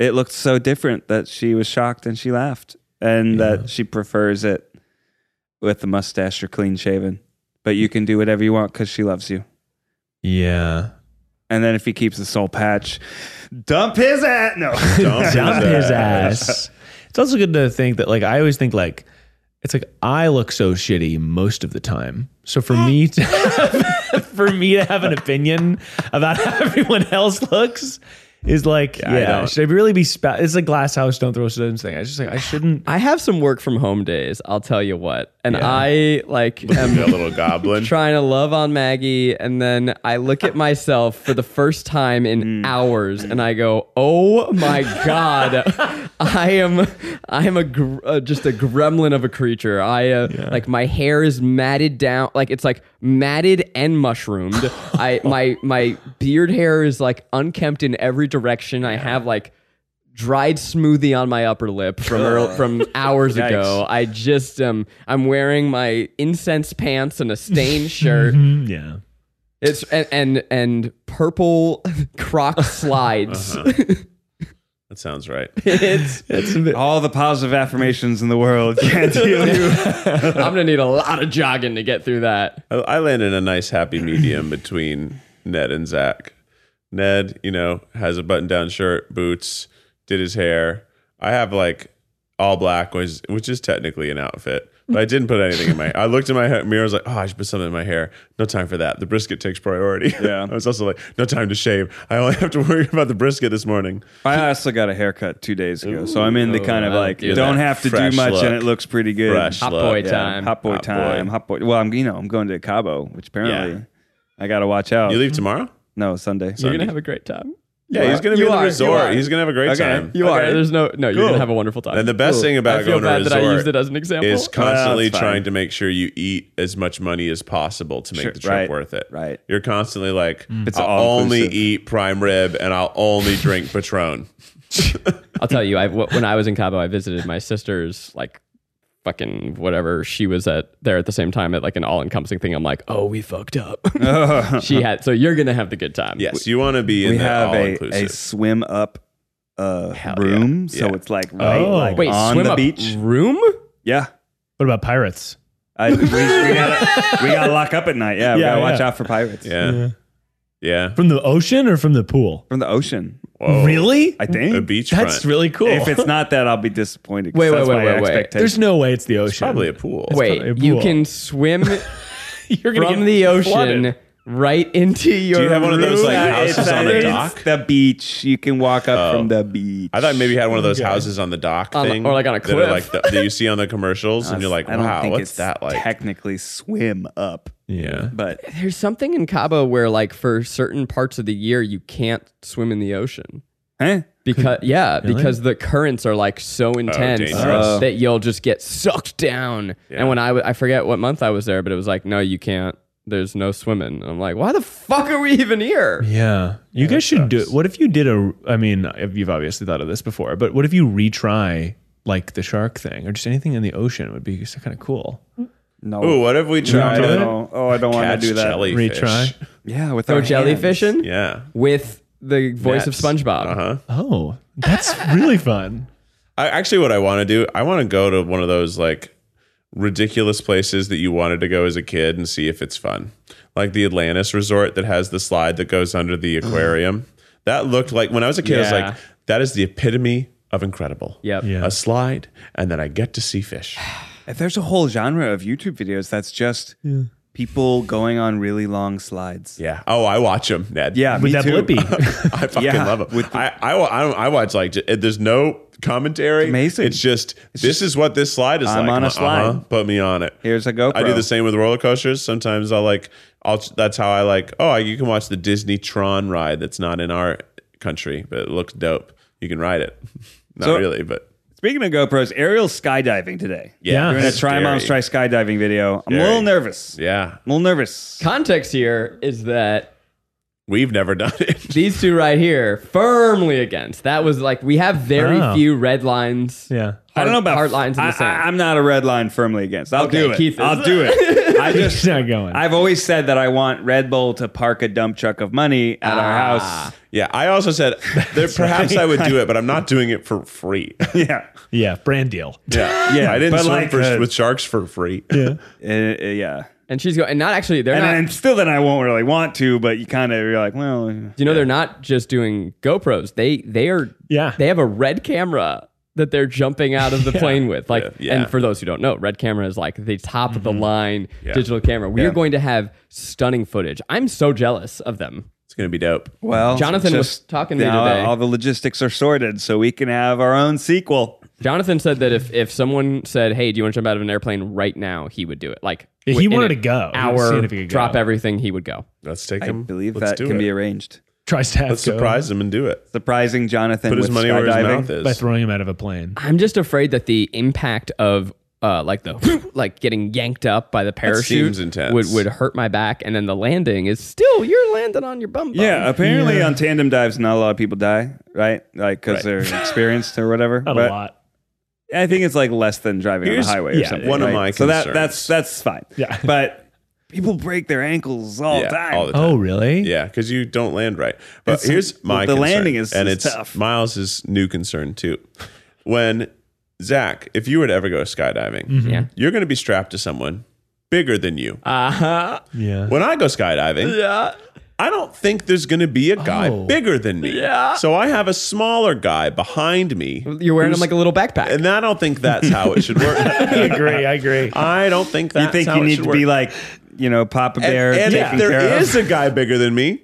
S4: it looked so different that she was shocked and she laughed and that she prefers it with the mustache or clean shaven. But you can do whatever you want cuz she loves you.
S6: Yeah.
S4: And then if he keeps the soul patch, dump his at no.
S1: Dump
S6: Dump his ass. It's also good to think that like I always think like it's like I look so shitty most of the time. So for me to for me to have an opinion about how everyone else looks is like yeah, should I really be spa- it's like glass house don't throw stones thing. I just like I shouldn't
S3: I have some work from home days. I'll tell you what. And I like
S1: Be a
S3: am
S1: little goblin.
S3: trying to love on Maggie, and then I look at myself for the first time in hours, and I go, "Oh my god, I am, I am a gr- uh, just a gremlin of a creature. I uh, like my hair is matted down, like it's like matted and mushroomed. I my my beard hair is like unkempt in every direction. I have like." dried smoothie on my upper lip from earl- from hours ago. I just um I'm wearing my incense pants and a stained shirt.
S6: yeah.
S3: It's and and, and purple croc
S1: Uh-huh.
S3: slides.
S1: That sounds right.
S3: it's
S4: All the positive affirmations in the world can't heal you.
S3: I'm gonna need a lot of jogging to get through that.
S1: I, I landed a nice happy medium between Ned and Zach. Ned, you know, has a button down shirt, boots, did his hair. I have like all black, which which is technically an outfit, but I didn't put anything in my. I looked in my ha- mirror. I was like, oh, I should put something in my hair. No time for that. The brisket takes priority.
S9: Yeah.
S1: I was also like, no time to shave. I only have to worry about the brisket this morning.
S9: I also got a haircut two days ago, so I'm in the kind of
S3: Oh,
S9: like
S3: do
S9: don't
S1: that.
S9: have to
S1: Fresh
S9: do much,
S1: look.
S9: and it looks pretty good.
S1: Fresh
S3: Hot
S1: look.
S3: boy
S9: Yeah,
S3: time.
S9: hot boy
S1: Hot boy.
S9: time, hot boy. Well, I'm you know I'm going to Cabo, which apparently
S1: Yeah.
S9: I got to watch out.
S1: You leave tomorrow?
S9: No, Sunday.
S3: You're gonna have a great time.
S1: Yeah, he's gonna be
S3: You
S1: in the
S3: are, you are.
S1: resort. He's gonna have a great
S9: Okay.
S1: time.
S3: You are. There's no no. You're
S1: Cool.
S3: gonna have a wonderful time.
S1: And the best thing about
S3: I feel
S1: going to
S3: bad that I
S1: resort
S3: used it as an example.
S1: is constantly
S9: that's fine.
S1: trying to make sure you eat as much money as possible to make
S9: Sure,
S1: the trip
S9: right,
S1: worth it.
S9: right. Mm.
S1: You're constantly like,
S9: It's
S1: I'll
S9: all
S1: only
S9: inclusive.
S1: eat prime rib and I'll only drink Patron.
S3: I'll tell you, I w- when I was in Cabo, I visited my sister's like fucking whatever she was at there at the same time at like an all-encompassing thing. I'm like, oh, we fucked up. she had so you're gonna have the good time.
S1: Yes, you want to be in
S9: we
S1: that
S9: have
S1: all
S9: a, a
S1: inclusive.
S9: swim up uh, room, so
S1: Yeah.
S9: it's like right like
S3: Oh. Wait,
S9: on
S3: swim
S9: the
S3: up
S9: beach.
S3: room?
S9: Yeah.
S6: What about pirates?
S9: I, Uh, we, we gotta, we gotta lock up at night. Yeah, we
S6: Yeah,
S9: gotta watch
S6: yeah.
S9: out for pirates
S1: Yeah. yeah.
S6: From the ocean or from the pool?
S9: from the ocean.
S1: Whoa.
S6: Really?
S9: I think
S1: A beach
S6: That's
S1: front.
S6: really cool.
S9: if it's not that, I'll be disappointed. 'cause
S3: Wait, wait,
S9: that's
S3: wait,
S9: my
S3: wait, wait.
S6: There's
S9: expectation.
S6: no way it's the ocean.
S1: probably a pool.
S6: probably a
S3: Wait, you
S6: pool.
S3: can swim
S6: You're gonna
S3: from
S6: get
S3: the ocean
S6: flooded.
S3: right into your.
S1: Do you have one of those like
S9: Yeah,
S1: houses
S9: it's-
S1: on the
S9: it's
S1: dock? Oh.
S9: The beach. You can walk up from the beach.
S1: I thought maybe you had one of those houses on the dock
S3: On-
S1: thing,
S3: or like on a
S1: that are
S3: cliff.
S1: like the, that you see on the commercials, and you're like,
S9: I don't
S1: "Wow,
S9: think
S1: what's
S9: it's
S1: that like?"
S9: Technically, swim up.
S1: yeah,
S9: But
S3: There's something in Cabo where like for certain parts of the year you can't swim in the ocean.
S9: huh?
S3: Because yeah, because the currents are like so
S9: Oh,
S3: intense
S1: dangerous.
S3: that you'll just get sucked down. And when I w- I forget what month I was there, but it was like no, you can't. There's no swimming. And I'm like, why the fuck are we even here?
S6: Yeah. You guys should do What if you did a I mean, if you've obviously thought of this before, but what if you retry like the shark thing or just anything in the ocean would be kind of cool.
S9: No.
S1: Ooh, what if we
S9: I
S1: tried
S9: Oh. don't
S1: to
S9: know. Oh, I don't want
S1: catch
S9: to do that.
S1: jellyfish?
S6: Retry.
S9: Yeah, with
S3: Go
S9: our hands.
S3: jellyfishing
S1: Yeah.
S3: with the voice
S1: Nets.
S3: of SpongeBob.
S1: Uh-huh.
S6: Oh, that's really fun.
S1: I actually what I want to do, I want to go to one of those like ridiculous places that you wanted to go as a kid and see if it's fun. Like the Atlantis resort that has the slide that goes under the
S9: Mm.
S1: aquarium. that looked like when I was a kid, I was
S3: Yeah.
S1: like, that is the epitome of incredible.
S3: Yep.
S6: Yeah.
S1: A slide, and then I get to see fish.
S9: If there's a whole genre of YouTube videos that's just people going on really long slides.
S1: Yeah. Oh, I watch them, Ned.
S9: Yeah,
S6: With
S9: me
S6: that
S9: too.
S6: blippy.
S1: I fucking
S9: Yeah,
S1: love them.
S9: with the-
S1: I, I, wa- I, don't- I watch like j- there's no commentary.
S9: amazing.
S1: It's just this is what this slide is
S9: I'm
S1: like.
S9: on a
S1: Uh-huh,
S9: slide.
S1: put me on it.
S9: Here's a GoPro.
S1: I do the same with roller coasters. Sometimes I'll like, I'll that's how I like. Oh, you can watch the Disney Tron ride that's not in our country, but it looks dope. You can ride it. Not
S9: So-
S1: really, but
S9: Speaking of GoPros, Ariel's skydiving today.
S1: yeah.
S9: We're
S6: Yeah.
S9: gonna try mom's try
S1: Scary.
S9: skydiving video. I'm a little nervous.
S1: Yeah,
S9: I'm a little nervous.
S3: Context here is that
S1: we've never done it.
S3: these two right here firmly against. That was like we have very
S6: Wow.
S3: few red lines.
S6: Yeah.
S9: I don't know about
S3: hard lines in the
S9: I-
S3: sand.
S9: I, am not a red line firmly against. I'll
S3: Okay,
S9: do it.
S3: Keith is-
S9: I'll do it. I
S6: It's
S9: just
S6: not going.
S9: I've always said that I want Red Bull to park a dump truck of money at
S3: Ah.
S9: our house.
S1: Yeah, I also said there, perhaps I would do it, but I'm not doing it for free.
S9: Yeah,
S6: yeah, brand deal.
S1: Yeah,
S9: Yeah,
S1: I didn't
S9: but
S1: swim
S9: like,
S1: for,
S9: uh,
S1: with sharks for free. Yeah,
S9: Uh, uh, yeah.
S3: And she's going, and not actually. They're
S9: And,
S3: not.
S9: and still, then I won't really want to. But you kind of you're like, well,
S3: do you know they're not just doing GoPros? They they are.
S6: Yeah.
S3: They have a red camera that they're jumping out of the plane with. Like,
S1: Yeah.
S3: and for those who don't know, red camera is like the top of the
S6: Mm-hmm.
S3: line digital camera. We are going to have stunning footage. I'm so jealous of them.
S1: it's gonna be dope.
S9: well,
S3: Jonathan was talking to me
S9: now
S3: today.
S9: All the logistics are sorted, so we can have our own sequel.
S3: Jonathan said that if if someone said, "Hey, do you want to jump out of an airplane right now?" he would do it. Like
S6: Yeah, he
S3: in
S6: wanted
S3: an
S6: to go. He was
S3: Hour,
S6: seeing if he could go.
S3: drop everything. He would go.
S1: Let's take
S9: I
S1: him.
S9: believe
S1: Let's
S9: that
S1: do
S9: can
S1: it.
S9: be arranged.
S6: Tries to have
S1: Let's surprise him and do it.
S9: Surprising Jonathan
S1: Put his
S9: with
S1: money where his
S9: skydiving.
S1: mouth is.
S6: by throwing him out of a plane.
S3: I'm just afraid that the impact of uh, like the like getting yanked up by the parachute
S1: seems intense.
S3: would would hurt my back, and then the landing is still you're landing on your bum. bum.
S9: Yeah, apparently on tandem dives, not a lot of people die, right? Like because they're experienced or whatever.
S6: Not
S9: but
S6: a lot.
S9: I think it's like less than driving
S1: Here's-
S9: on a highway or
S6: yeah,
S9: something.
S1: one of
S9: right?
S1: my
S9: so that
S1: concerns.
S9: that's that's fine.
S6: Yeah.
S9: but people break their ankles all
S1: yeah,
S9: the time.
S1: all the time.
S6: Oh, really?
S1: Yeah, because you don't land right. But here's my
S9: the
S1: concern,
S9: landing is-
S1: and
S9: is
S1: it's
S9: tough.
S1: Miles's new concern too. When Zach, if you were to ever go skydiving,
S3: Yeah.
S1: you're going to be strapped to someone bigger than you.
S3: Uh huh.
S6: Yeah.
S1: when I go skydiving, I don't think there's going to be a guy bigger than me. Yeah. So I have a smaller guy behind me.
S3: You're wearing
S1: who's-
S3: them like a little backpack.
S1: And I don't think that's how it should work.
S6: I agree. I agree.
S1: I don't think
S4: You
S1: that's
S4: think
S1: how
S4: you
S1: it
S4: need
S1: should
S4: to be
S1: work.
S4: like, you know, Papa
S1: And-
S4: Bear?
S1: And,
S4: taken
S1: if there
S4: care
S1: is
S4: of?
S1: a guy bigger than me,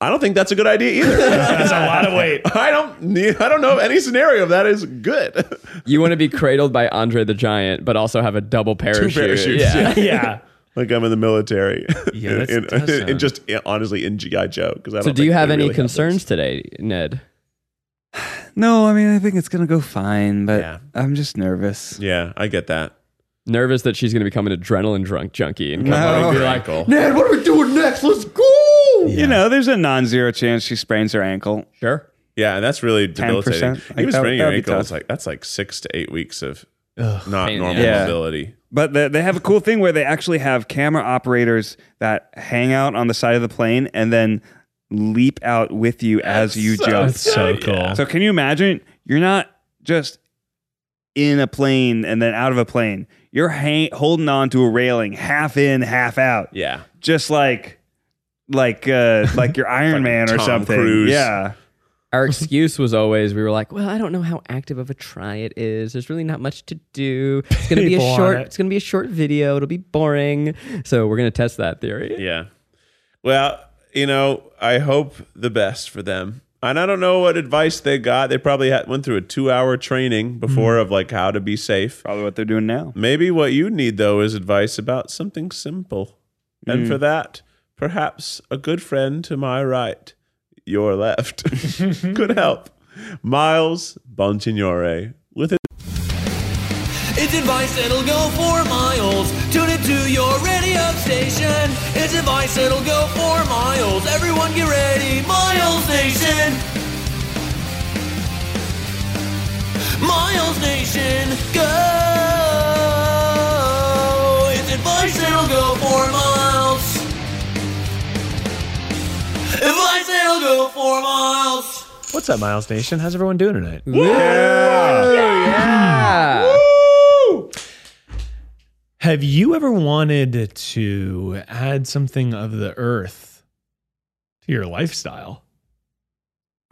S1: I don't think that's a good idea either.
S6: That's a lot of weight.
S1: I don't. I don't know if any scenario that is good.
S3: you want to be cradled by Andre the Giant, but also have a double parachute.
S1: parachutes, yeah.
S6: Yeah.
S1: like I'm in the military.
S6: Yeah, that's-
S1: and,
S6: that sounds-
S1: just yeah, honestly in GI Joe. Because I don't.
S3: So,
S1: think
S3: do you
S1: they
S3: have any
S1: really this.
S3: concerns today, Ned?
S4: no, I mean, I think it's gonna go fine, but
S1: Yeah.
S4: I'm just nervous.
S1: Yeah, I get that.
S3: Nervous that she's going to become an adrenaline drunk junkie and come
S4: No.
S3: home and be like,
S1: Michael.
S3: Ned, what are we doing next? Let's go.
S4: You know, there's a non-zero chance she sprains her ankle.
S3: Sure.
S1: Yeah, and that's really debilitating.
S4: 10%?
S1: Even
S4: Like, that-
S1: spraining your
S4: that'd be
S1: ankle
S4: tough.
S1: is like that's like six to eight weeks of not
S3: Pain in the
S1: normal
S4: ass. Yeah.
S1: mobility.
S4: But the, they have a cool thing where they actually have camera operators that hang out on the side of the plane and then leap out with you as you jump.
S6: That's so cool.
S4: So can you imagine? You're not just in a plane and then out of a plane. You're hang- holding on to a railing, half in, half out,
S1: Yeah,
S4: just like like uh, like your Iron Man or
S1: Tom
S4: something.
S1: Cruise.
S4: Yeah,
S3: Our excuse was always we were like, well, I don't know how active of a try it is. There's really not much to do. It's going to be
S6: People
S3: a
S6: on
S3: short.
S6: it.
S3: It's going to be a short video. It'll be boring. So we're going to test that theory.
S1: yeah. Well, you know, I hope the best for them. And I don't know what advice they got. They probably had, went through a two-hour training before of like how to be safe.
S4: probably what they're doing now.
S1: Maybe what you need, though, is advice about something simple. And
S6: Hmm.
S1: for that, perhaps a good friend to my right, your left, could help. Miles Bonsignore with a
S11: It's advice that'll go for miles. Tune it to your radio station. It's advice that'll go for miles. Everyone get ready. Miles Nation. Miles Nation, go. It's advice that'll go for miles. Advice that'll go for miles.
S6: What's up, Miles Nation? How's everyone doing tonight?
S3: Yeah.
S6: Have you ever wanted to add something of the earth to your lifestyle?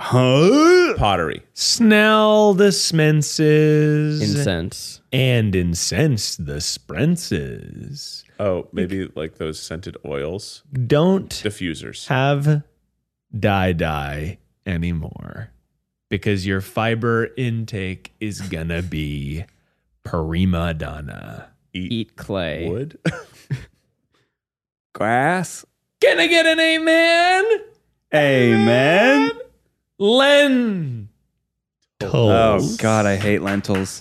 S4: Huh?
S1: pottery.
S6: Snell the smenses
S3: Incense.
S6: and incense the sprences.
S1: Oh, maybe like those scented oils,
S6: Don't
S1: diffusers.
S6: have dye dye anymore because your fiber intake is gonna be prima donna.
S3: Eat clay.
S1: wood.
S4: Grass.
S6: Can I get an amen?
S4: Amen.
S6: Len.
S4: Oh God, I hate lentils.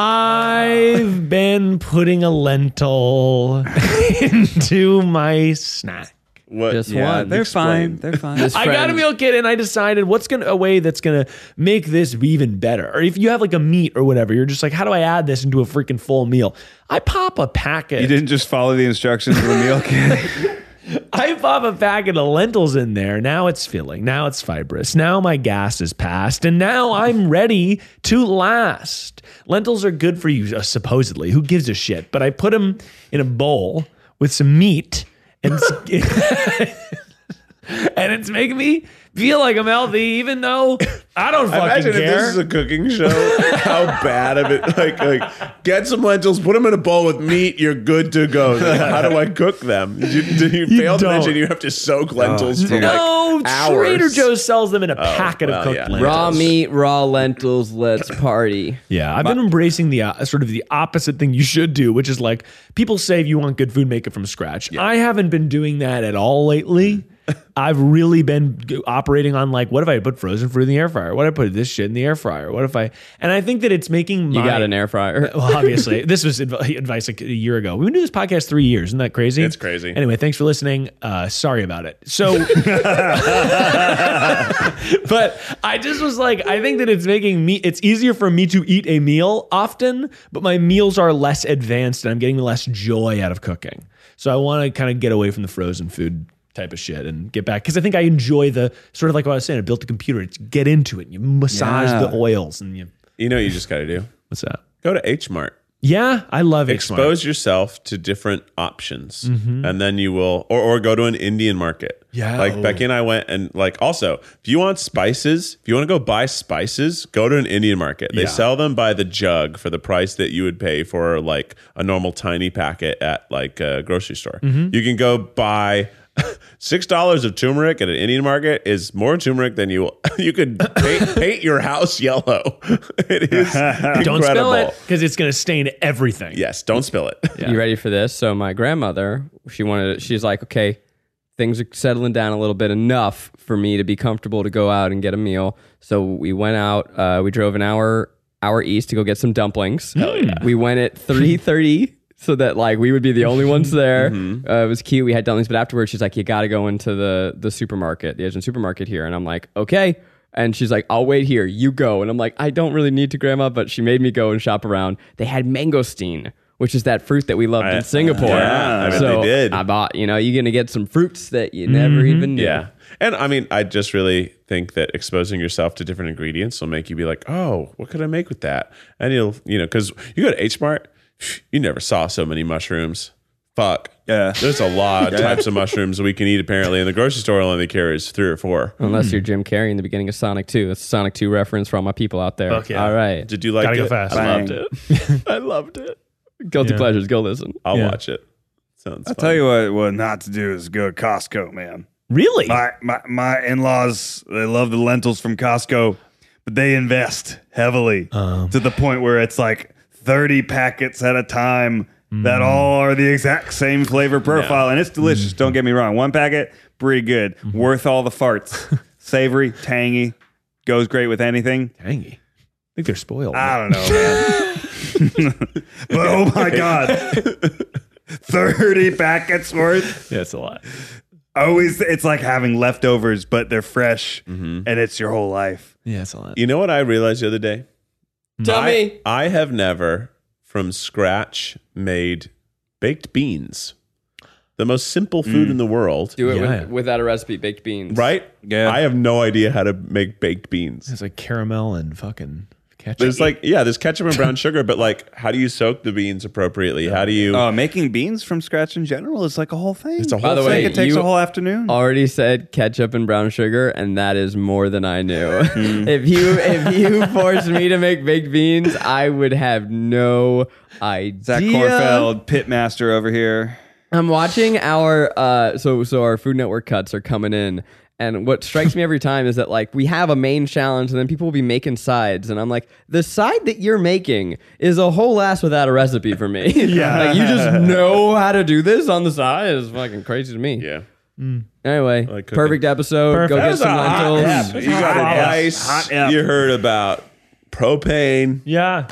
S6: I've been putting a lentil into my snack.
S1: What?
S3: Just
S4: Yeah,
S3: one.
S4: they're
S1: Explain.
S4: fine. They're fine.
S3: This
S6: I got a
S3: friend-
S6: meal kit and I decided what's gonna a way that's gonna make this even better. Or if you have like a meat or whatever, you're just like, how do I add this into a freaking full meal? I pop a packet.
S4: you didn't just follow the instructions of the meal kit.
S6: I pop a packet of lentils in there. Now it's filling. Now it's fibrous. Now my gas is passed. And now I'm ready to last. Lentils are good for you, uh, supposedly. Who gives a shit? But I put them in a bowl with some meat and. s- And it's making me feel like I'm healthy, even though I don't fucking
S1: Imagine
S6: care.
S1: if this is a cooking show, how bad of it. Like, like, get some lentils, put them in a bowl with meat, you're good to go. Like, how do I cook them? You, you,
S6: You
S1: failed to
S6: don't.
S1: mention you have to soak lentils for like
S6: no,
S1: hours. Oh,
S6: Trader Joe's sells them in a packet
S1: well,
S6: of cooked
S1: yeah.
S6: lentils.
S3: Raw meat, raw lentils. Let's party.
S6: Yeah, I've been embracing the uh, sort of the opposite thing you should do, which is like people say if you want good food, make it from scratch. I haven't been doing that at all lately. I've really been g- operating on like, what if I put frozen fruit in the air fryer? What if I put this shit in the air fryer? What if I? And I think that it's making
S3: You
S6: my,
S3: got an air fryer.
S6: Well, obviously, this was adv- advice like a year ago. We've been doing this podcast three years. Isn't that crazy?
S1: It's crazy.
S6: Anyway, thanks for listening. Uh, sorry about it. So, but I just was like, I think that it's making me, it's easier for me to eat a meal often, but my meals are less advanced and I'm getting less joy out of cooking. So I want to kind of get away from the frozen food type of shit and get back because I think I enjoy the sort of like what I was saying. I built a computer. It's get into it. You massage
S4: Yeah.
S6: the oils and you.
S1: You know what you just got to do?
S6: What's that?
S1: Go to H Mart.
S6: Yeah, I love it.
S1: Expose yourself to different options, and then you will, or, or go to an Indian market.
S6: Mm-hmm. Yeah.
S1: like Becky and I went, and like also, if you want spices, if you want to go buy spices, go to an Indian market. They
S6: Yeah.
S1: sell them by the jug for the price that you would pay for like a normal tiny packet at like a grocery store.
S6: Mm-hmm.
S1: You can go buy. Six dollars of turmeric at an Indian market is more turmeric than you you could paint, paint your house yellow. It is incredible.
S6: Don't spill it because it's going to stain everything.
S1: Yes, don't spill it.
S3: You ready for this? So my grandmother, she wanted. She's like, okay, things are settling down a little bit enough for me to be comfortable to go out and get a meal. So we went out. Uh, we drove an hour hour east to go get some dumplings. We went at three thirty. So that like we would be the only ones there.
S1: Mm-hmm.
S3: Uh, it was cute. We had dumplings, but afterwards she's like, "You got to go into the the supermarket, the Asian supermarket here." And I'm like, "Okay." And she's like, I'll wait here. You go. And I'm like, I don't really need to, Grandma, but she made me go and shop around. They had mangosteen, which is that fruit that we loved in Singapore.
S1: yeah, I bet
S3: so
S1: they did.
S3: I bought, you know, you're going to get some fruits that you never
S6: Mm-hmm.
S3: even knew.
S1: Yeah. And I mean, I just really think that exposing yourself to different ingredients will make you be like, oh, what could I make with that? And you'll, you know, because you go to H Mart, you never saw so many mushrooms. Fuck.
S9: Yeah.
S1: There's a lot of types of mushrooms we can eat apparently. And the grocery store only carries three or four.
S3: Unless you're
S6: Mm-hmm.
S3: Jim Carrey in the beginning of Sonic 2. That's a Sonic 2 reference for all my people out there.
S6: Fuck yeah.
S3: All right.
S1: Did you like
S6: Gotta
S1: it?
S6: go fast.
S1: I loved
S9: Bang.
S1: it.
S3: I loved it. Guilty pleasures. Go listen.
S1: I'll
S6: Yeah.
S1: watch it. Sounds
S9: I'll tell you what, what not to do is go to Costco, man.
S6: Really?
S9: My my, my in laws, they love the lentils from Costco, but they invest heavily to the point where it's like 30 packets at a time that all are the exact same flavor profile. And it's delicious. Don't get me wrong. One packet, pretty good. Worth all the farts. Savory, tangy, goes great with anything.
S6: Dangy. I think they're spoiled.
S9: I don't know, man. but oh my god, thirty packets worth.
S12: Yeah, it's a lot.
S9: Always, it's like having leftovers, but they're fresh, and it's your whole life.
S12: Yeah, it's a lot.
S1: You know what I realized the other day?
S3: Tell
S1: I-
S3: me.
S1: I have never, from scratch, made baked beans. The most simple food
S3: Mm.
S1: in the world.
S3: Do it
S6: Yeah.
S3: with, without a recipe, baked beans.
S1: Right?
S9: Yeah.
S1: I have no idea how to make baked beans.
S6: It's like caramel and fucking ketchup.
S1: There's like, yeah, there's ketchup and brown sugar, but like, how do you soak the beans appropriately? How do you?
S9: Uh, making beans from scratch in general is like a whole thing.
S1: It's a
S3: Oh, By
S1: whole
S3: the
S9: It's like
S3: way,
S9: it takes
S3: you
S9: a whole afternoon.
S3: already said ketchup and brown sugar, and that is more than I knew.
S6: Mm.
S3: if you if you forced me to make baked beans, I would have no idea.
S9: Zach Kornfeld, pitmaster over here.
S3: I'm watching our uh, so so our Food Network cuts are coming in, and what strikes me every time is that like we have a main challenge, and then people will be making sides, and I'm like, the side that you're making is a whole ass without a recipe for me. Yeah, like you just know how to do this on the side is fucking crazy to me.
S1: yeah,
S3: Anyway,
S1: like cooking.
S3: perfect episode. Go
S6: Perfect.
S3: get some lentils.
S1: you got advice.
S9: Hot F.
S1: You heard about propane.
S6: yeah.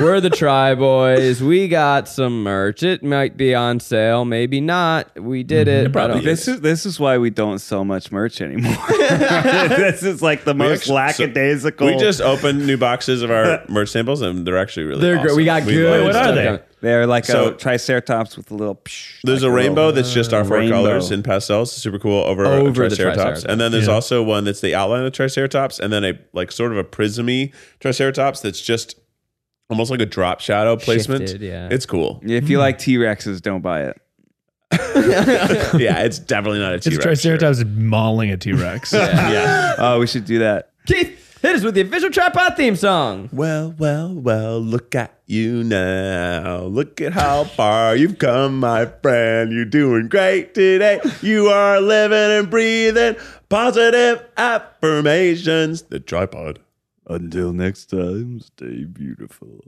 S3: We're the Try Boys. We got some merch. It might be on sale, maybe not. We did it. I don't-
S9: This is this is why we don't sell much merch anymore. this is like the most
S1: actually- so-
S9: lackadaisical.
S1: We just opened new boxes of our merch samples, and they're actually really.
S3: They're great. We got
S1: awesome.
S3: good.
S1: love
S6: what
S3: stuff
S6: are they?
S3: coming.
S9: they're like
S1: So-
S9: a triceratops with a little. Psh,
S1: There's
S9: like
S1: a rainbow
S9: little-
S1: that's just our four
S9: rainbow.
S1: colors in pastels, super cool over,
S3: Over
S1: a triceratops.
S3: the triceratops.
S1: And then there's also one that's the outline of the triceratops, and then a like sort of a prismy triceratops that's just almost like a drop shadow placement.
S3: Shifted, yeah.
S1: It's cool.
S9: If you like T Rexes, don't buy it.
S1: yeah, it's definitely not a T
S6: It's
S1: Rex.
S6: Triceratops mauling a T Rex.
S1: Yeah.
S9: Oh, we should do that.
S3: Keith, hit us with the official Tripod theme song.
S1: well, well, well, look at you now. Look at how far you've come, my friend. You're doing great today. You are living and breathing positive affirmations. The tripod.
S9: Until next time, stay beautiful.